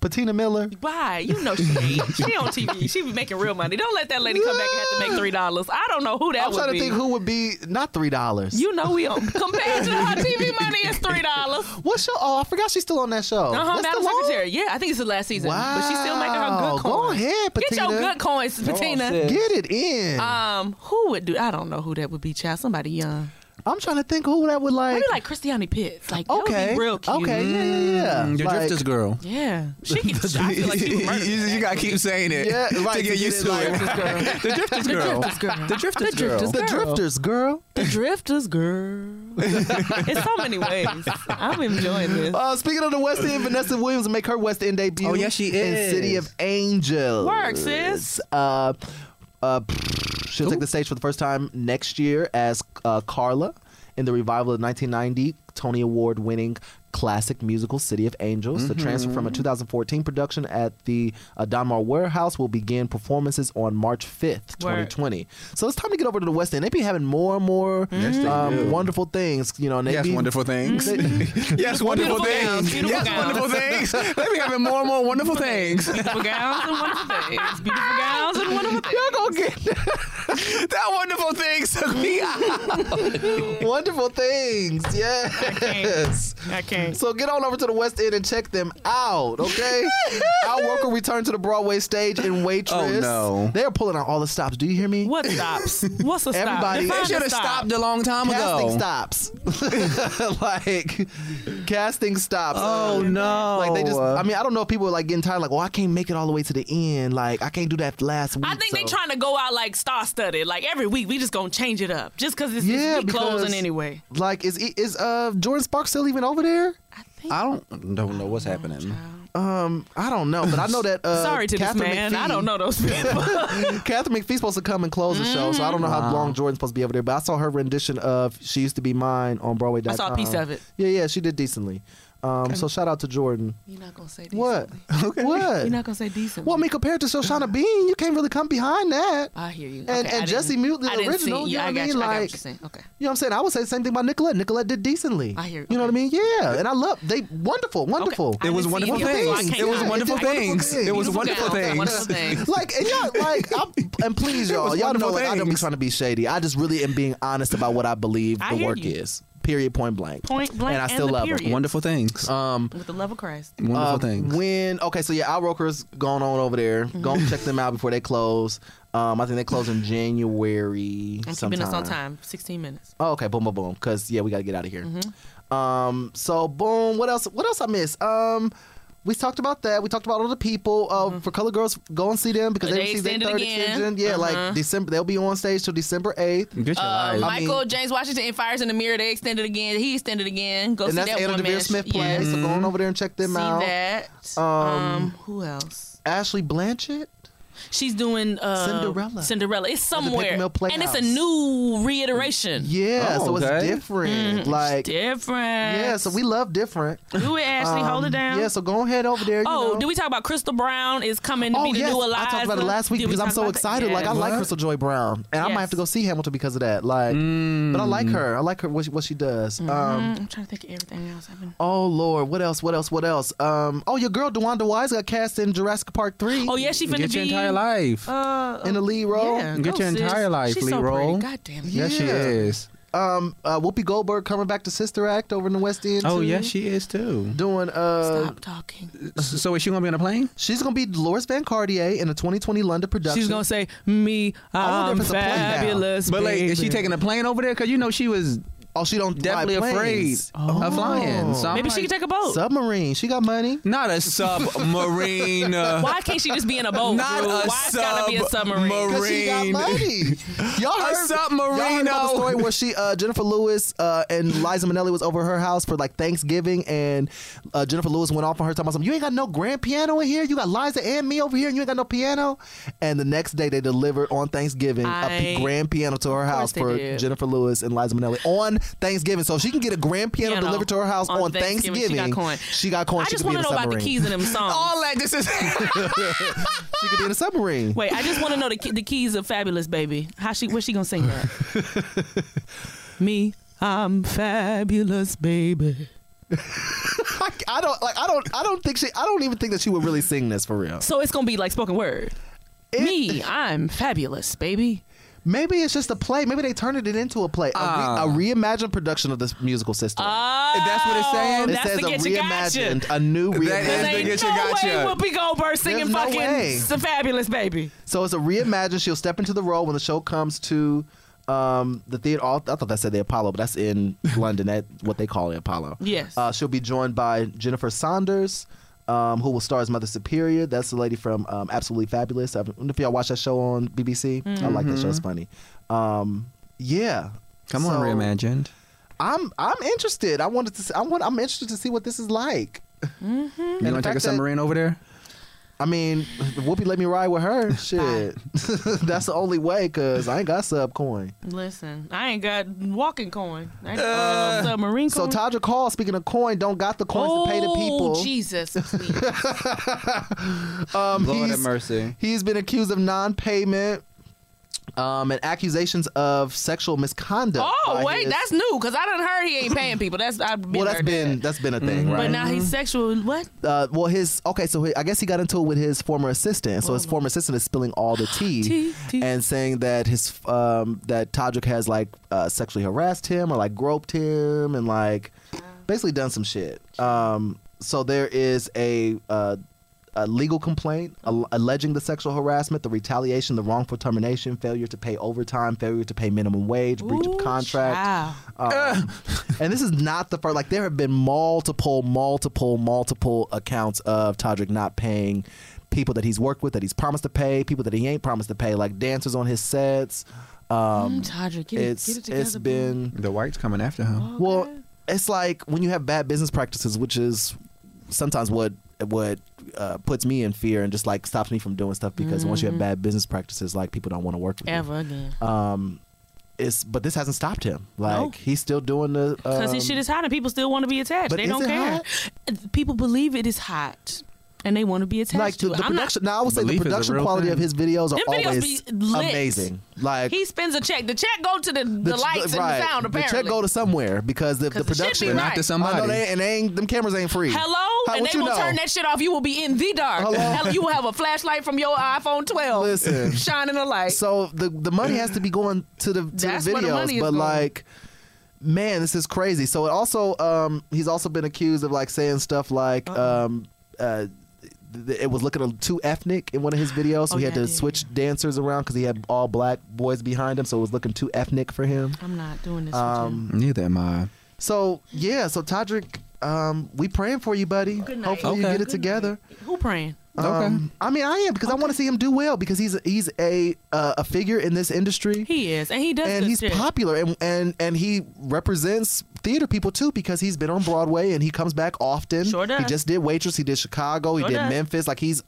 D: Patina Miller.
H: Why? You know she ain't. She on TV. She be making real money. Don't let that lady come back and have to make three dollars. I don't know who that
D: I'm
H: would
D: trying
H: be.
D: to think who would be not three dollars.
H: You know we on compared to her TV money is three dollars.
D: What's your? Oh, I forgot she's still on that show.
H: Uh huh.
D: That's
H: Madam
D: still on?
H: Secretary. Yeah, I think it's the last season. But she's still making her
D: Wow.
H: good coins.
D: Go ahead,
H: Get your
D: Patina.
H: good coins, Patina.
D: Get it in.
H: Uh, Um, who would do? I don't know who that would be. Child, somebody young.
D: I'm trying to think who that would like.
H: Maybe like Christiane Pitts. Like that would
D: Okay.
H: be real cute.
D: Okay, yeah, yeah, yeah.
C: Mm, the
D: Like-
C: Drifters girl.
H: Yeah, she could. I feel like she would murder.
C: you, you gotta keep saying it.
D: Yeah, right,
C: to
D: to
C: get
D: get
C: used
D: it,
C: to
D: like,
C: it.
D: Drifters
C: the Drifters
H: The
C: girl.
H: Drifters girl.
C: The Drifters
H: The
C: girl.
D: The Drifters
H: Drifters girl.
D: girl.
H: The Drifters girl. it's so many ways. I'm enjoying this.
D: Uh, speaking of the West End, Vanessa Williams will make her West End debut.
C: Oh, yes, she
D: In
C: is.
D: City of Angels.
H: Work, sis.
D: Uh, uh, she'll take the stage for the first time next year as uh, Carla in the revival of 1990 Tony Award winning classic musical City of Angels.
C: Mm-hmm.
D: The transfer from a 2014 production at the uh, Donmar Warehouse will begin performances on March 5th,
H: Word.
D: 2020. So it's time to get over to the West End. They be having more and more um, wonderful things. You know, and they
C: Yes,
D: be-
C: wonderful things.
D: They-
C: yes, wonderful
H: Beautiful
C: things.
H: gowns, beautiful
C: yes,
H: gowns.
C: wonderful things. They be having more and more wonderful things.
H: Beautiful gowns and wonderful things. Beautiful gowns and wonderful things.
D: Y'all gonna get
C: that wonderful things took me out.
D: wonderful things. Yes.
H: I can't.
D: So get on over to the West End and check them out, okay? Our worker returned to the Broadway stage in Waitress.
C: Oh, no.
D: They are pulling out all the stops. Do you hear me?
H: What stops? What's a stop?
D: Everybody-
C: They
H: Define
C: should
H: a
C: have
H: stop.
C: stopped a long time
D: Casting
C: ago.
D: stops. like casting stops. Uh,
C: Oh, no.
D: Like they just I mean, I don't know if people are like getting tired, like, well, I can't make it all the way to the end. Like, I can't do that last week.
H: I think they
D: so-
H: trying to go out like star studded. Like every week, we just gonna change it up just because it's
D: Yeah,
H: we closing
D: because-
H: anyway.
D: Like, is is uh Jordan Sparks still even over there?
C: I don't don't know what's happening.
D: Um, I don't know, but I know that. Uh,
H: Sorry to
D: Catherine
H: this man.
D: McPhee,
H: I don't know those people.
D: Catherine McPhee's supposed to come and close the show, so I don't know how long Jordan's supposed to be over there. But I saw her rendition of "She Used to Be Mine" on Broadway.com.
H: I saw a piece of it.
D: Yeah, yeah, she did decently. Um, so shout out to Jordan.
H: You're not gonna say decent.
D: What? Okay. What?
H: You're not gonna say decent.
D: well, I mean, compared to Shoshana Bean, you can't really come behind that.
H: I hear you.
D: And,
H: Okay, I
D: and Jesse
H: didn't-
D: Mute, the
H: I didn't see
D: original.
H: you.
D: You, know
H: I
D: what
H: got
D: I mean?
H: you. I got
D: Like,
H: what you're saying. Okay.
D: You know what I'm saying? I would say the same thing about Nicolette. Nicolette did decently.
H: I hear you.
D: You know what I mean? Yeah. And I love they wonderful, wonderful.
H: I
C: It was
H: didn't see
C: wonderful
H: you. I
C: things.
H: can't
C: It was
H: comment.
C: wonderful
H: Wonderful
C: things. It was
H: Beautiful
C: wonderful
H: gowns and
C: things.
H: wonderful things.
D: Like and y'all, like I'm, and please y'all,
C: was
D: y'all know
C: wonderful
D: like I don't be
C: things.
D: trying to be shady. I just really am being honest about what I believe
H: I
D: the
H: hear
D: work
H: you.
D: is. Period. Point blank.
H: Point blank
D: And I
H: and
D: still
H: the
D: love
H: period.
D: her.
C: Wonderful things.
D: Um,
H: With the love of Christ.
C: Wonderful
D: um,
C: things.
D: When okay, so yeah, Al Roker's going on over there. Go
H: Mm-hmm.
D: and check them out before they close. Um, I think they close in January.
H: I'm keeping us on time. 16 minutes.
D: Oh, okay, boom, boom, boom. Cause yeah, we gotta get out of here.
H: Mm-hmm.
D: Um, so boom. What else? What else I miss? Um, we talked about that. We talked about all the people. Uh, for color girls, go and see them because
H: Mm-hmm. They
D: they received their
H: extended
D: third
H: again. Uh-huh.
D: extension. Yeah, like December. They'll be on stage till December eighth.
C: Get your life.
H: Michael
D: mean-
H: James Washington in Fires in the Mirror. They extended again. He extended again. Go
D: And
H: see
D: that's
H: that
D: Anna
H: one
D: Devere
H: man.
D: Smith
H: sh-
D: play.
H: yes. Mm-hmm.
D: So go on over there and check them
H: See
D: out.
H: that. Um, who else?
D: Ashley Blanchett.
H: She's doing uh,
D: Cinderella.
H: Cinderella. It's somewhere,
D: Mill
H: and it's a
D: Playhouse.
H: new reiteration.
D: Yeah,
C: Oh,
D: so it's
C: okay.
D: different.
H: Mm-hmm.
D: Like
H: Different.
D: yeah, so we love different. Um,
H: do it, Ashley. hold it down.
D: Yeah, so go ahead over there. you
H: Oh,
D: know.
H: did we talk about Crystal Brown is coming to
D: Oh
H: be the
D: yes,
H: new Eliza?
D: I talked about it last week
H: Did we
D: because I'm
H: talk
D: so
H: about that?
D: excited.
H: Yeah.
D: Like I like Crystal Joy Brown, and I
H: Yes. Mm.
D: might have to go see Hamilton because of that. Like, but I like her. I like her what she, what she does.
H: Mm-hmm.
D: Um,
H: I'm trying to think of everything else. I've been.
D: oh Lord, what else? What else? What else? Um, oh, your girl DeWanda Wise got cast in Jurassic Park three.
H: Oh yeah, she finna
C: Get
H: be
C: your entire life.
H: Uh,
D: in the lead role.
H: yeah,
C: Get
H: go,
C: your
H: sis.
C: entire life,
H: She's so
C: Leroy.
H: pretty. God damn it.
C: Yes, she
D: Yeah.
C: is.
D: Um, uh, Whoopi Goldberg coming back to Sister Act over in the West End.
C: Oh,
D: too.
C: yes, she is too.
D: doing. Uh,
H: Stop talking.
C: So is she gonna be on a plane?
D: she's gonna be Dolores Van Cartier in a 2020 London production.
H: She's gonna say me.
D: I wonder
H: I'm
D: if it's a play now.
H: fabulous.
C: But like, is she
H: baby."
C: taking a plane over there? Cause you know she was
D: Oh, she don't fly
C: definitely afraid
D: planes. Oh.
C: of flying. So I'm
H: Maybe she
C: like,
H: can take a boat.
D: Submarine. She got money.
C: not a submarine. uh,
H: Why can't she just be in a boat?
C: Not
H: Drew?
C: a
H: Why it's gotta be a submarine?
C: submarine.
D: 'Cause she got
C: Marine.
D: money. Y'all
C: A
D: heard, y'all heard about
C: submarino.
D: the story where she, uh, Jennifer Lewis uh, and Liza Minnelli was over her house for like Thanksgiving, and uh, Jennifer Lewis went off on her talking about something. You ain't got no grand piano in here. You got Liza and me over here, and you ain't got no piano. And the next day, they delivered on Thanksgiving a p-
H: I-
D: grand piano to her house
H: they
D: for
H: did.
D: Jennifer Lewis and Liza Minnelli on Thanksgiving, so she can get a grand piano
H: Piano
D: delivered to her house on,
H: on
D: Thanksgiving.
H: Thanksgiving. She got coin.
D: She got coin.
H: I
D: She
H: just
D: could be
H: want to
D: in a
H: know about the
D: submarine.
H: keys in them songs.
C: all that. This is
D: She could be in a submarine.
H: Wait, I just want to know the, key, the keys of "Fabulous Baby." How she? Where she gonna sing that? Me, I'm fabulous, baby.
D: I, I don't like. I don't. I don't think she. I don't even think that she would really sing this for real.
H: So it's gonna be like spoken word. Me, I'm fabulous, baby.
D: Maybe it's just a play. Maybe they turned it into a play. A,
C: Ah.
D: re, a reimagined production of this musical system.
H: Oh,
C: That's what it's saying?
D: it
H: That's
D: says
H: the
D: a
H: get you gotcha.
D: reimagined, a new
C: That is
H: There
C: the
D: reimagined.
H: ain't
C: get
H: no
C: you gotcha.
H: way Whoopi Goldberg singing
D: There's no
H: fucking
D: way.
H: "The Fabulous Baby."
D: So it's a reimagined. She'll step into the role when the show comes to um, the theater. I thought that said the Apollo, but that's in London. That what they call the Apollo.
H: Yes.
D: Uh, she'll be joined by Jennifer Saunders, um, who will star as Mother Superior. That's the lady from um, Absolutely Fabulous. I don't know if y'all watch that show on BBC. I like that show. It's
C: Mhm.
D: funny. Um, yeah.
C: Come on,
D: So,
C: reimagined.
D: I'm I'm interested. I wanted to. s- I want. I'm interested to see what this is like. Mm-hmm.
C: You want to take a submarine over there?
D: I mean, Whoopi let me ride with her. Shit, that's the only way. Cause I ain't got sub coin.
H: Listen, I ain't got walking coin. I ain't got no submarine
D: So
H: coin.
D: Tadra Call, speaking of coin, don't got the coins to pay the people.
H: Oh, Jesus. please.
D: Um,
C: Lord have
D: he's-
C: mercy.
D: He's been accused of non-payment um, and accusations of sexual misconduct.
H: oh,
D: by
H: wait,
D: his-
H: that's new because I done heard he ain't paying people. That's I've been
D: well, that's
H: heard that.
D: been that's been a
C: Mm-hmm.
D: thing, right?
H: But now he's sexual. What?
D: uh, well, his okay, so he, I guess he got into it with his former assistant. So his former assistant is spilling all the tea,
H: Tea, tea.
D: and saying that his um, that Todrick has like uh, sexually harassed him or like groped him and like basically done some shit. Um, so there is a. Uh, a legal complaint al- alleging the sexual harassment, the retaliation, the wrongful termination, failure to pay overtime, failure to pay minimum wage, breach of contract,
H: Wow.
D: um, and this is not the first. Like there have been multiple, multiple, multiple accounts of Todrick not paying people that he's worked with that he's promised to pay, people that he ain't promised to pay, like dancers on his sets. Um,
H: Mm, Todrick, get it-
D: it's
H: get it together, Oh,
D: it's
H: bro.
D: been
C: The white's coming after him.
D: well, it's like when you have bad business practices, which is sometimes what what uh, puts me in fear and just like stops me from doing stuff because once you have bad business practices, like people don't want to work with
H: Mm-hmm. Ever again.
D: you. Um, it's but this hasn't stopped him. Like
H: No.
D: he's still doing the
H: Because
D: um,
H: his shit is hot and people still want to be attached.
D: but
H: They
D: is
H: don't
D: it
H: care. People believe it is hot and they want to be attached.
D: like
H: to
D: the,
H: it.
D: the
H: I'm not-
D: production. now I would say the
C: Belief is a
D: production
C: real
D: quality
C: thing.
D: of his videos are
H: Them videos
D: always
H: be lit.
D: amazing. Like
H: he spends a check. The check go to the, the, lights and the sound. Apparently,
D: check go to somewhere because the, the
H: 'Cause the shit be
D: production
H: But not right. to
C: somebody.
D: I know they, and they ain't, them cameras ain't free.
H: hello,
D: How
H: and
D: would
H: they
D: you
H: will
D: know?
H: turn that shit off. You will be in the dark.
D: Hello?
H: Hell, you will have a flashlight from your iPhone 12
D: Listen.
H: shining a light.
D: So the the money has to be going to the to
H: That's
D: the
H: where the
D: videos,
H: money is
D: but
H: going.
D: like. Man, this is crazy. So it also, um, he's also been accused of like saying stuff like, um, uh, th- it was looking too ethnic in one of his videos, so
H: Oh,
D: he had
H: yeah,
D: to
H: yeah,
D: switch dancers around because he had all black boys behind him, so it was looking too ethnic for him.
H: I'm not doing this.
D: Um,
C: Neither am I.
D: So yeah, so Todrick, um, we praying for you, buddy.
H: night.
D: Hopefully you
C: Okay.
D: get it together.
H: with you. Who praying?
D: Um, I mean, I am because I want to see him do well because he's he's a uh, a figure in this industry
H: He is, and he does.
D: and
H: good
D: he's
H: shit.
D: popular and, and and he represents theater people too because he's been on Broadway and he comes back often.
H: Sure does.
D: He just did Waitress, he did Chicago, he
H: Sure
D: did
H: does.
D: Memphis. Like he's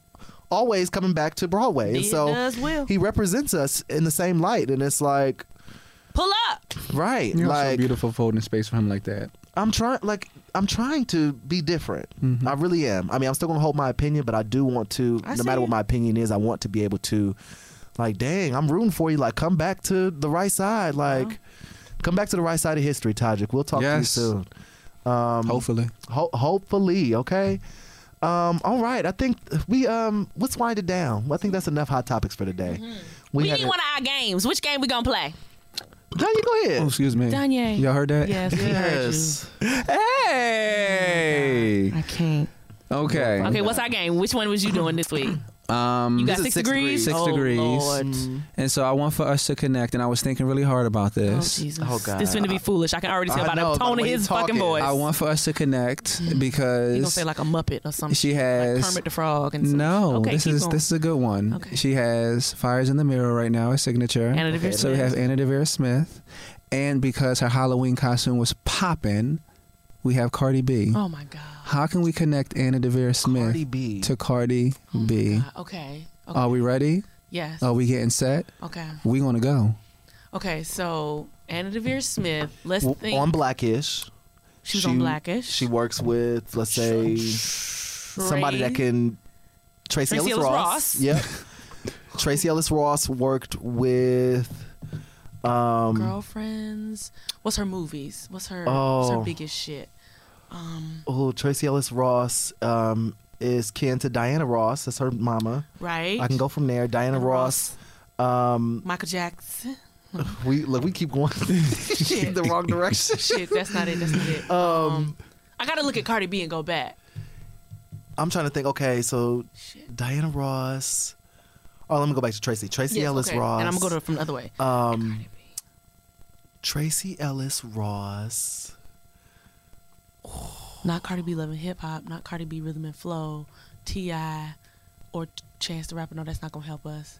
D: always coming back to Broadway, and
H: He
D: so
H: does well.
D: he represents us in the same light. And it's like
H: Pull up.
D: right,
C: You're so
D: like
C: beautiful folding space for him like that.
D: I'm trying like I'm trying to be different. I really am. I mean, I'm still gonna hold my opinion, but I do want to.
H: Mm-hmm. I
D: no
H: see
D: matter what
H: it.
D: my opinion is, I want to be able to, like, dang, I'm rooting for you. Like, come back to the right side.
H: Uh-huh.
D: Like, come back to the right side of history, Tajik. We'll talk
C: Yes.
D: to you soon. Um,
C: Hopefully.
D: Ho- hopefully, okay. Um, all right, I think we um let's wind it down. I think that's enough hot topics for today.
H: Mm-hmm. We
D: had
H: need
D: a-
H: one of our games. Which game we gonna play?
D: No, you go
C: Oh,
D: ahead.
C: excuse me.
H: Danye.
C: Y'all heard that?
H: Yes, we heard you.
D: Yes.
C: Hey.
H: I can't.
C: Okay.
H: Okay, what's our game? Which one was you doing this week?
C: Um,
H: You got
D: is
H: six,
D: six degrees.
H: degrees.
C: Six
H: oh,
C: degrees.
H: Lord.
C: And so I want for us to connect, and I was thinking really hard about
H: Oh,
C: this.
H: Jesus.
D: Oh, God.
H: This finna be foolish. I can already tell
D: I
H: by
D: know,
H: the
D: by the
H: tone of
D: way
H: his
D: you talking.
H: fucking voice.
C: I want for us to connect because
H: Mm. You gonna say like a Muppet or something?
C: She
H: like
C: has-
H: Kermit the Frog and some
C: no,
H: shit. Okay,
C: Oh, this
H: keep
C: is
H: going.
C: this is a good one.
H: Okay.
C: She has fires in the mirror right now. Her signature.
H: Anna Devere
C: so we
H: Smith.
C: have Anna Devere Smith, and because her Halloween costume was popping, we have Cardi B.
H: Oh my god.
C: How can we connect Anna Devere Smith
D: Cardi B.
C: to Cardi B?
H: Uh, okay. Okay.
C: Are we ready?
H: yes.
D: Oh.
C: Are we getting set?
H: okay.
C: We gonna go.
H: Okay. So Anna Devere Smith. Let's
D: W-
H: think.
D: on Blackish.
H: she was on Blackish.
D: She works with, let's say, somebody that can Tracy,
H: Tracy
D: Ellis
H: Ellis
D: Ross.
H: Ross.
D: Yep. Tracy Ellis Ross worked with. Um,
H: girlfriends. What's her movies? What's her? What's her
D: Oh.
H: biggest shit?
D: oh, Tracy Ellis Ross um, is kin to Diana Ross. That's her mama.
H: Right.
D: I can go from there. Diana
H: Diana
D: Ross. Um,
H: Michael Jackson.
D: we look. We keep going the wrong direction.
H: shit, that's not it. That's not it. Um, I gotta look at Cardi B and go back.
D: I'm trying to think. Okay, so Diana Ross. Oh, let me go back to Tracy. Tracy
H: Yes,
D: Ellis
H: okay.
D: Ross. Uh,
H: And I'm gonna go to from the other way.
D: Um, Tracy Ellis Ross.
H: Not Cardi B loving hip hop, not Cardi B rhythm and flow, T.I. or Chance the Rapper. No, that's not gonna help us.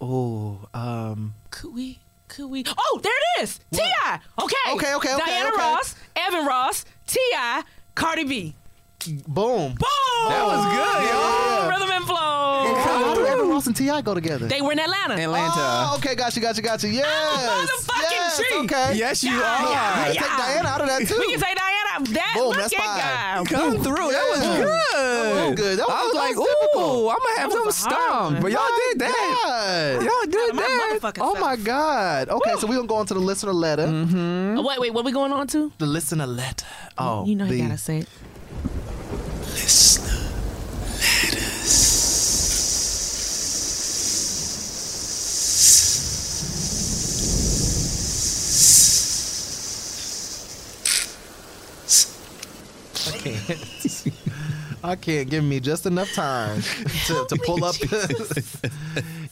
D: Oh, um,
H: Could we? Could we? Oh, there it is. Ti. Okay.
D: Okay, okay, okay,
H: Diana
D: okay.
H: Ross, Evan Ross, Ti, Cardi B.
D: boom.
H: Boom.
D: That was good, y'all.
H: Rhythm and flow.
D: And How how do Evan Ross and Ti go together?
H: They were in Atlanta.
C: Atlanta.
D: Oh, okay, gotcha, gotcha, gotcha. Yes,
H: motherfucking
D: yes,
H: G.
D: okay.
C: Yes, you
D: Look,
C: are.
D: we can take Diana out of that too.
H: We can take Diana. out. That
D: Boom,
H: look
D: that's
H: at
D: five.
H: God.
C: Come through. That was
D: Yeah.
C: good.
D: That was good. That
E: Oh,
D: was-
C: I was
D: that
C: like,
D: was difficult.
C: ooh, I'm gonna have
H: That
C: them
H: was a hard
C: stomped.
H: one.
C: But y'all did that.
D: Oh, God.
C: Y'all did
H: my
C: that.
H: motherfucking
D: Oh
H: self.
D: my God. Okay, so we're gonna go on to the listener letter.
C: Mm-hmm.
H: Oh, wait, wait, what we going on to?
D: The listener letter. Oh,
H: You know
D: the
H: you gotta say it.
D: I can't. I can't give me just enough time to, to pull up.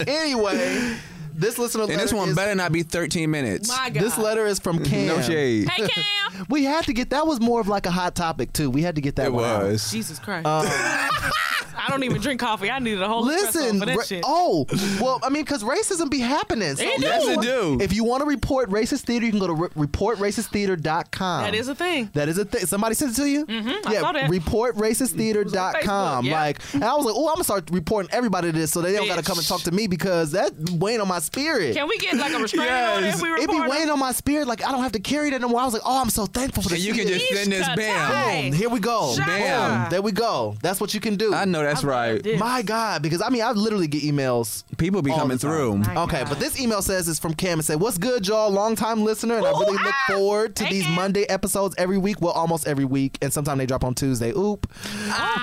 D: anyway, this listener letter
C: And this one
D: is,
C: better not be 13 minutes.
H: My God.
D: This letter is from Cam.
C: No shade.
H: Hey Cam.
D: We had to get that was more of like a hot topic too. We had to get that
C: It
D: one out.
C: was.
H: Jesus Christ.
D: Um,
H: I don't even drink coffee. I needed a whole espresso
D: Listen,
H: for that
D: ra-
H: shit.
D: oh, well, I mean, because racism be happening. So
H: It do.
C: Yes, it do.
D: If you want to report racist theater, you can go to re- reportracisttheater.com.
H: That is a thing.
D: That is a thing. Somebody sent it to you? Mm-hmm.
H: I
D: Yeah,
H: saw that.
D: reportracisttheater.com.
H: Facebook, yeah.
D: Like, and I was like, oh, I'm going to start reporting everybody to this so they don't got to
H: Bitch.
D: come and talk to me because that weighing on my spirit.
H: Can we get like a restraining order
C: Yes.
H: if we
D: it be
H: report?
D: weighing on my spirit. Like, I don't have to carry that no more. I was like, oh, I'm so thankful for
C: And
D: this.
C: you can just
H: Yeesh,
C: send this
H: cut
C: bam.
H: time.
D: Boom. Here we go.
H: Shut
C: Bam.
D: Boom. There we go. That's what you can do.
C: I know that's right.
H: did.
D: My God, because I mean, I literally get emails
C: People be
D: all
C: coming
D: the
C: through.
D: time. Okay, but this email says it's from Cam and said, "What's good, y'all? Long time listener, and I really look forward to
H: Hey,
D: these
H: Cam.
D: Monday episodes every week. Well, almost every week, and sometimes they drop on Tuesday. Oop.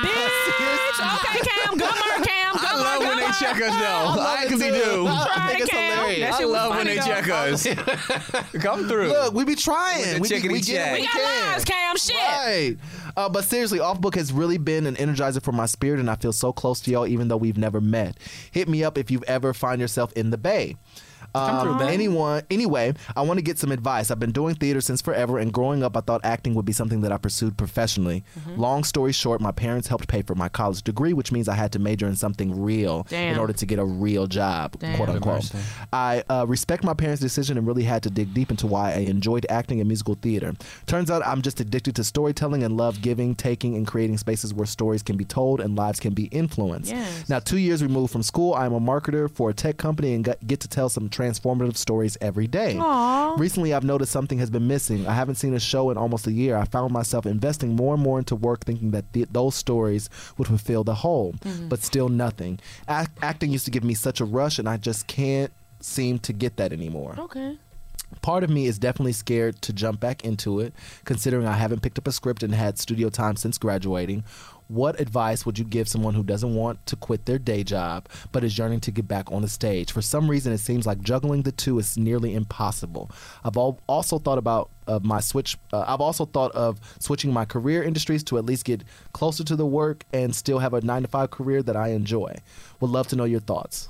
H: Bitch. Okay, Cam. Gummer, Cam. Gummer,
C: I love when they
H: Gummer.
C: check us though. I
D: it
C: can see
D: too.
C: do.
D: I think it's
H: Cam.
D: hilarious.
H: That
C: I
H: shit was
C: love when
H: funny,
C: they
H: though.
C: check us. Come through.
D: Look, we be trying.
C: With
D: We
C: the
D: be, we get it.
C: chickadee check.
D: We,
H: We got
D: can.
H: lives, Cam. Shit.
D: Right. Uh, but seriously, Off Book has really been an energizer for my spirit, and I feel so close to y'all, even though we've never met. Hit me up if you've ever find yourself in the Bay. Um, anyone, anyway, I want to get some advice. I've been doing theater since forever, and growing up, I thought acting would be something that I pursued professionally.
H: Mm-hmm.
D: Long story short, my parents helped pay for my college degree, which means I had to major in something real in
H: Damn.
D: order to get a real job, quote unquote. I uh, respect my parents' decision and really had to dig deep into why I enjoyed acting and musical theater. Turns out I'm just addicted to storytelling and love giving, taking, and creating spaces where stories can be told and lives can be influenced.
H: Yes.
D: Now, two years removed from school, I'm a marketer for a tech company and got, get to tell some transformative stories every day. Recently, I've noticed something has been missing. I haven't seen a show in almost a year. I found myself investing more and more into work, thinking that th- those stories would fulfill the whole, but still nothing. Act- acting used to give me such a rush, and I just can't seem to get that anymore
H: Okay.
D: part of me is definitely scared to jump back into it, considering I haven't picked up a script and had studio time since graduating. What advice would you give someone who doesn't want to quit their day job but is yearning to get back on the stage? For some reason, it seems like juggling the two is nearly impossible. I've al- also thought about of my switch. Uh, I've also thought of switching my career industries to at least get closer to the work and still have a nine to five career that I enjoy. Would love to know your thoughts.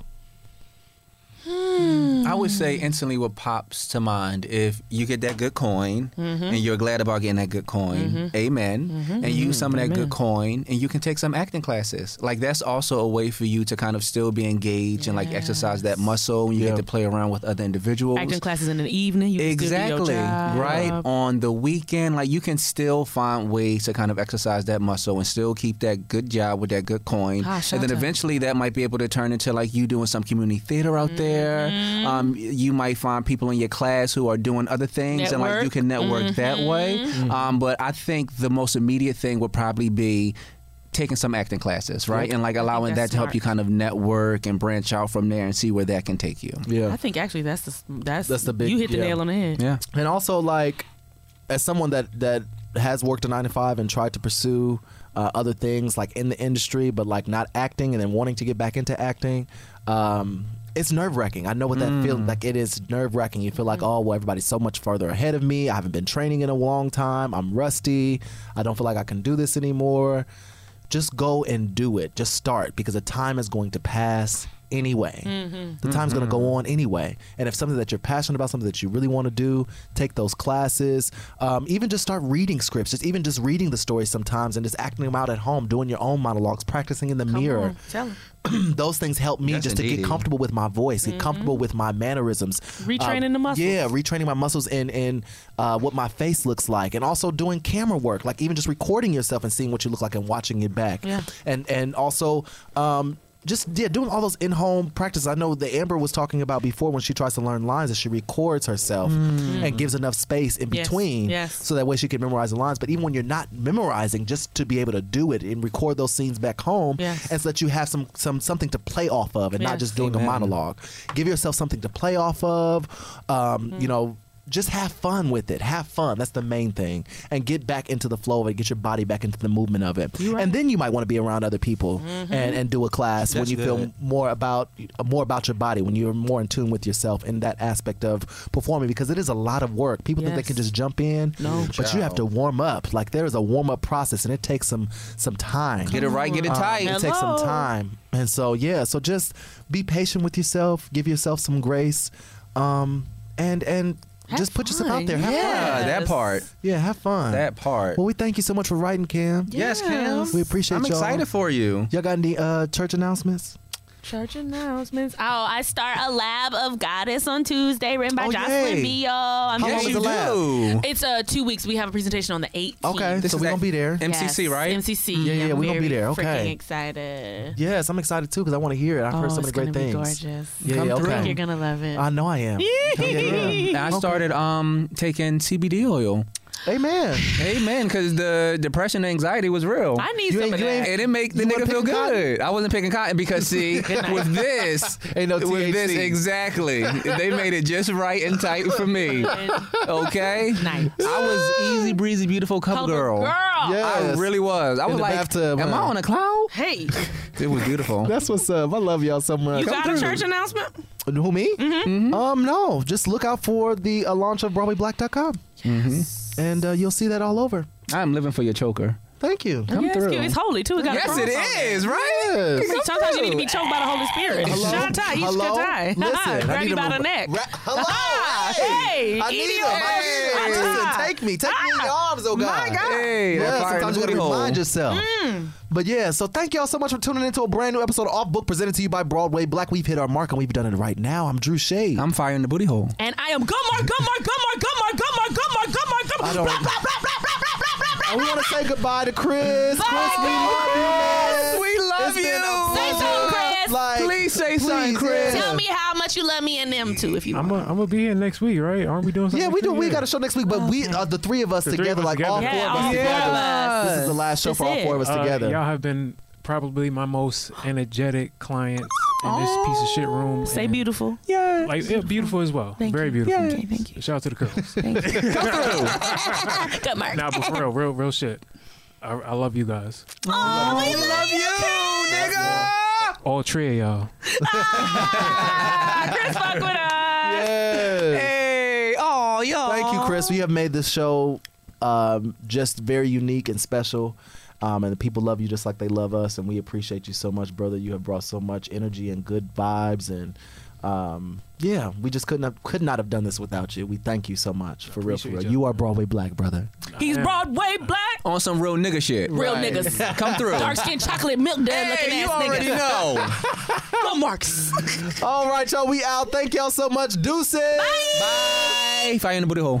C: I would say instantly what pops to mind if you get that good coin and you're glad about getting that good coin, amen, and use some of that good coin and you can take some acting classes. Like that's also a way for you to kind of still be engaged and like exercise that muscle and you
D: Yeah.
C: get to play around with other individuals.
H: Acting classes in the evening. You can still do your
C: Exactly.
H: job.
C: Right. On the weekend, like you can still find ways to kind of exercise that muscle and still keep that good job with that good coin.
H: Ah,
C: and
H: shout
C: then
H: out.
C: eventually that might be able to turn into like you doing some community theater out there.
H: Mm-hmm.
C: Um, you might find people in your class who are doing other things and like you
H: Network. Mm-hmm.
C: can network that way.
A: Mm.
C: Um, but I think the most immediate thing would probably be taking some acting classes, right? And like allowing that
H: that's
C: to help
H: smart.
C: you kind of network and branch out from there and see where that can take you.
D: Yeah.
H: I think actually that's the that's
D: That's the big-
H: you hit the
D: yeah.
H: nail on the head.
C: Yeah.
D: and also like as someone that that has worked a nine to five and tried to pursue uh, other things like in the industry but like not acting and then wanting to get back into acting um it's nerve wracking. I know what that feels like. It is nerve wracking. You feel like, oh, well, everybody's so much further ahead of me. I haven't been training in a long time. I'm rusty. I don't feel like I can do this anymore. Just go and do it. Just start because the time is going to pass anyway.
K: Mhm.
D: The time's going
K: Mhm.
D: to go on anyway. And if something that you're passionate about, something that you really want to do, take those classes. Um, even just start reading scripts. Just even just reading the stories sometimes and just acting them out at home, doing your own monologues, practicing in the mirror.
L: Tell him.
D: those things help me just to
L: indeedy.
D: get comfortable with my voice, get comfortable with my mannerisms,
L: Mm-hmm.
D: Uh,
L: Retraining the muscles.
D: Yeah, retraining my muscles and and uh, what my face looks like, and also doing camera work, like even just recording yourself and seeing what you look like and watching it back.
L: Yeah.
D: and and also. Um, just yeah, doing all those in-home practices. I know that Amber was talking about before when she tries to learn lines, that she records herself
L: Mm.
D: and gives enough space in
L: Yes,
D: between,
L: yes.
D: so that way she can memorize the lines. But even when you're not memorizing, just to be able to do it and record those scenes back home,
L: Yes.
D: and so that you have some some something to play off of and
L: Yes.
D: not just doing a monologue. Give yourself something to play off of. Um, You know, just have fun with it. Have fun. That's the main thing. And get back into the flow of it. Get your body back into the movement of it. And then you might want to be around other people
K: Mhm.
D: and, and do a class
K: That's
D: when you
K: good.
D: feel more about more about your body when you're more in tune with yourself in that aspect of performing because it is a lot of work. People think they
K: Yes.
D: can just jump in,
K: No.
D: but you have to warm up. Like there is a warm up process and it takes some some time.
A: Get it right, get it
D: Um,
A: tight.
D: it takes some
A: Hello.
D: time. And so yeah, so just be patient with yourself, give yourself some grace, um, and and just put yourself out there. Have
A: Yeah,
D: fun.
A: that part.
D: Yeah, have fun.
A: That part.
D: Well, we thank you so much for writing, Cam.
A: Yes, Cam.
D: We appreciate
A: I'm
D: y'all.
A: excited for you.
D: Y'all got any uh, church announcements?
M: Church announcements. Oh, I start a lab of goddess on Tuesday, written by
D: Oh,
M: Jocelyn
D: yay.
M: B. Y'all. I'm
D: How long
M: very-
D: is the lab? Ooh.
H: It's uh two weeks. We have a presentation on the 18th.
D: Okay, so we're gonna be there.
H: Yes, MCC.
D: Yeah, yeah,
H: I'm
D: we're gonna be
H: very
D: there.
H: freaking
D: Okay.
H: excited.
D: Yes, I'm excited too because I want to hear it. I've
H: Oh,
D: heard so
H: it's
D: many great
H: gonna be
D: things.
H: gorgeous.
D: Yeah,
A: Come
D: yeah,
A: through.
D: okay.
A: You're
H: gonna love it.
D: I know I am.
A: And I started um taking CBD oil.
D: Amen.
A: Amen. Because the depression and anxiety was real.
H: I need You some ain't- of you that. ain't-
A: And it make the
H: you weren't
A: nigga feel
H: picking cotton?
A: good. I wasn't picking cotton because see,
H: Good night.
A: with this,
D: Ain't no
A: with this
D: THC.
A: exactly, they made it just right and tight for me. Okay.
H: Nice.
A: I was easy breezy, beautiful cover girl.
H: girl.
A: I
D: Yes.
A: really was. I
D: In
A: was
D: the
A: like,
D: bathtub,
A: am
D: huh?
A: I on a cloud?
H: Hey,
A: It was beautiful.
D: That's what's up. I love y'all so much.
H: you got a church announcement?
D: Who me?
H: Mm-hmm.
A: Mm-hmm.
D: Um, no. Just look out for the uh, launch of BroadwayBlack.com, mm-hmm. and uh, you'll see that all over.
A: I'm living for your choker.
D: Thank you. Come
H: yeah, it's
D: through.
H: cute. It's holy too. It got a
A: Yes,
H: cross
A: it
H: on it.
A: is, right?
D: Yes.
H: Sometimes you need to be choked by the Holy Spirit.
D: Hello?
H: Shatai, you
D: Hello?
H: shatai.
D: Listen, I
H: grab
D: need
H: you
D: a
H: by the
D: moment.
H: neck.
D: Hello.
H: Ah, Hey,
D: I
H: eat
D: need
H: it
D: him. I need him.
H: up.
D: Listen, take me. Take me in your arms, oh God.
H: My God. Mm.
A: Hey, that
D: yeah,
A: fire in
D: sometimes
A: the
D: you gotta
A: booty hole.
D: remind yourself. But yeah, so thank y'all so much for tuning into a brand new episode of Off Book presented to you by Broadway Black. We've hit our mark and we've done it right now. I'm Drew Shade.
A: I'm firing the booty hole.
H: And I am Gumar, Gumar, Gumar, Gumar, Gumar, Gumar, Gumar, Gumar.
D: I don't. I want to say goodbye to Chris. Chris, we love you, man.
A: We love
D: It's been
A: you.
D: a
H: Say
D: pleasure.
H: something, Chris.
D: Like,
A: Please say something,
D: please,
A: Chris.
D: yeah.
H: Tell me how much you love me and them too, if you
E: I'm
H: want.
E: gonna be here next week, right? Aren't we doing something?
D: Yeah, we
E: next
D: do. We
E: week?
D: got a show next week, but we uh, the three of us
E: The three
D: together,
E: of us
D: like all
E: together.
D: four
H: Yeah,
D: of
H: all
D: us
H: four
D: together.
H: of us.
D: This is the last show
H: This
D: for all
H: it.
D: four of us
E: Uh,
D: together.
E: Y'all have been probably my most energetic clients in this piece of shit room.
H: Say
E: and,
H: beautiful.
A: Yeah.
E: Like yeah, beautiful as well.
H: Thank
E: Very
H: you.
E: beautiful.
H: Okay, thank
E: Shout out to the girls.
H: Gumar.
E: nah, but for real, real, real shit. I, I love you guys.
H: Oh, we love you, nigga.
E: All three of y'all.
H: Chris, fuck with us.
D: Yes.
A: Hey, oh, yo.
D: Thank you, Chris. We have made this show um, just very unique and special. Um, and the people love you just like they love us, and we appreciate you so much, brother. You have brought so much energy and good vibes, and um, yeah, we just couldn't have, could not have done this without you. We thank you so much for real, for
E: appreciate
D: real.
E: you.
D: You are Broadway Black, brother.
H: He's Broadway black.
A: On some real nigga shit.
H: Real niggas.
A: Come through.
H: Dark skin, chocolate milk dad looking
A: Hey, you
H: ass
A: already
H: niggas.
A: know.
H: Gum marks.
D: All right, y'all, we out. Thank y'all so much. Deuces.
A: Bye. Fire in the booty hole.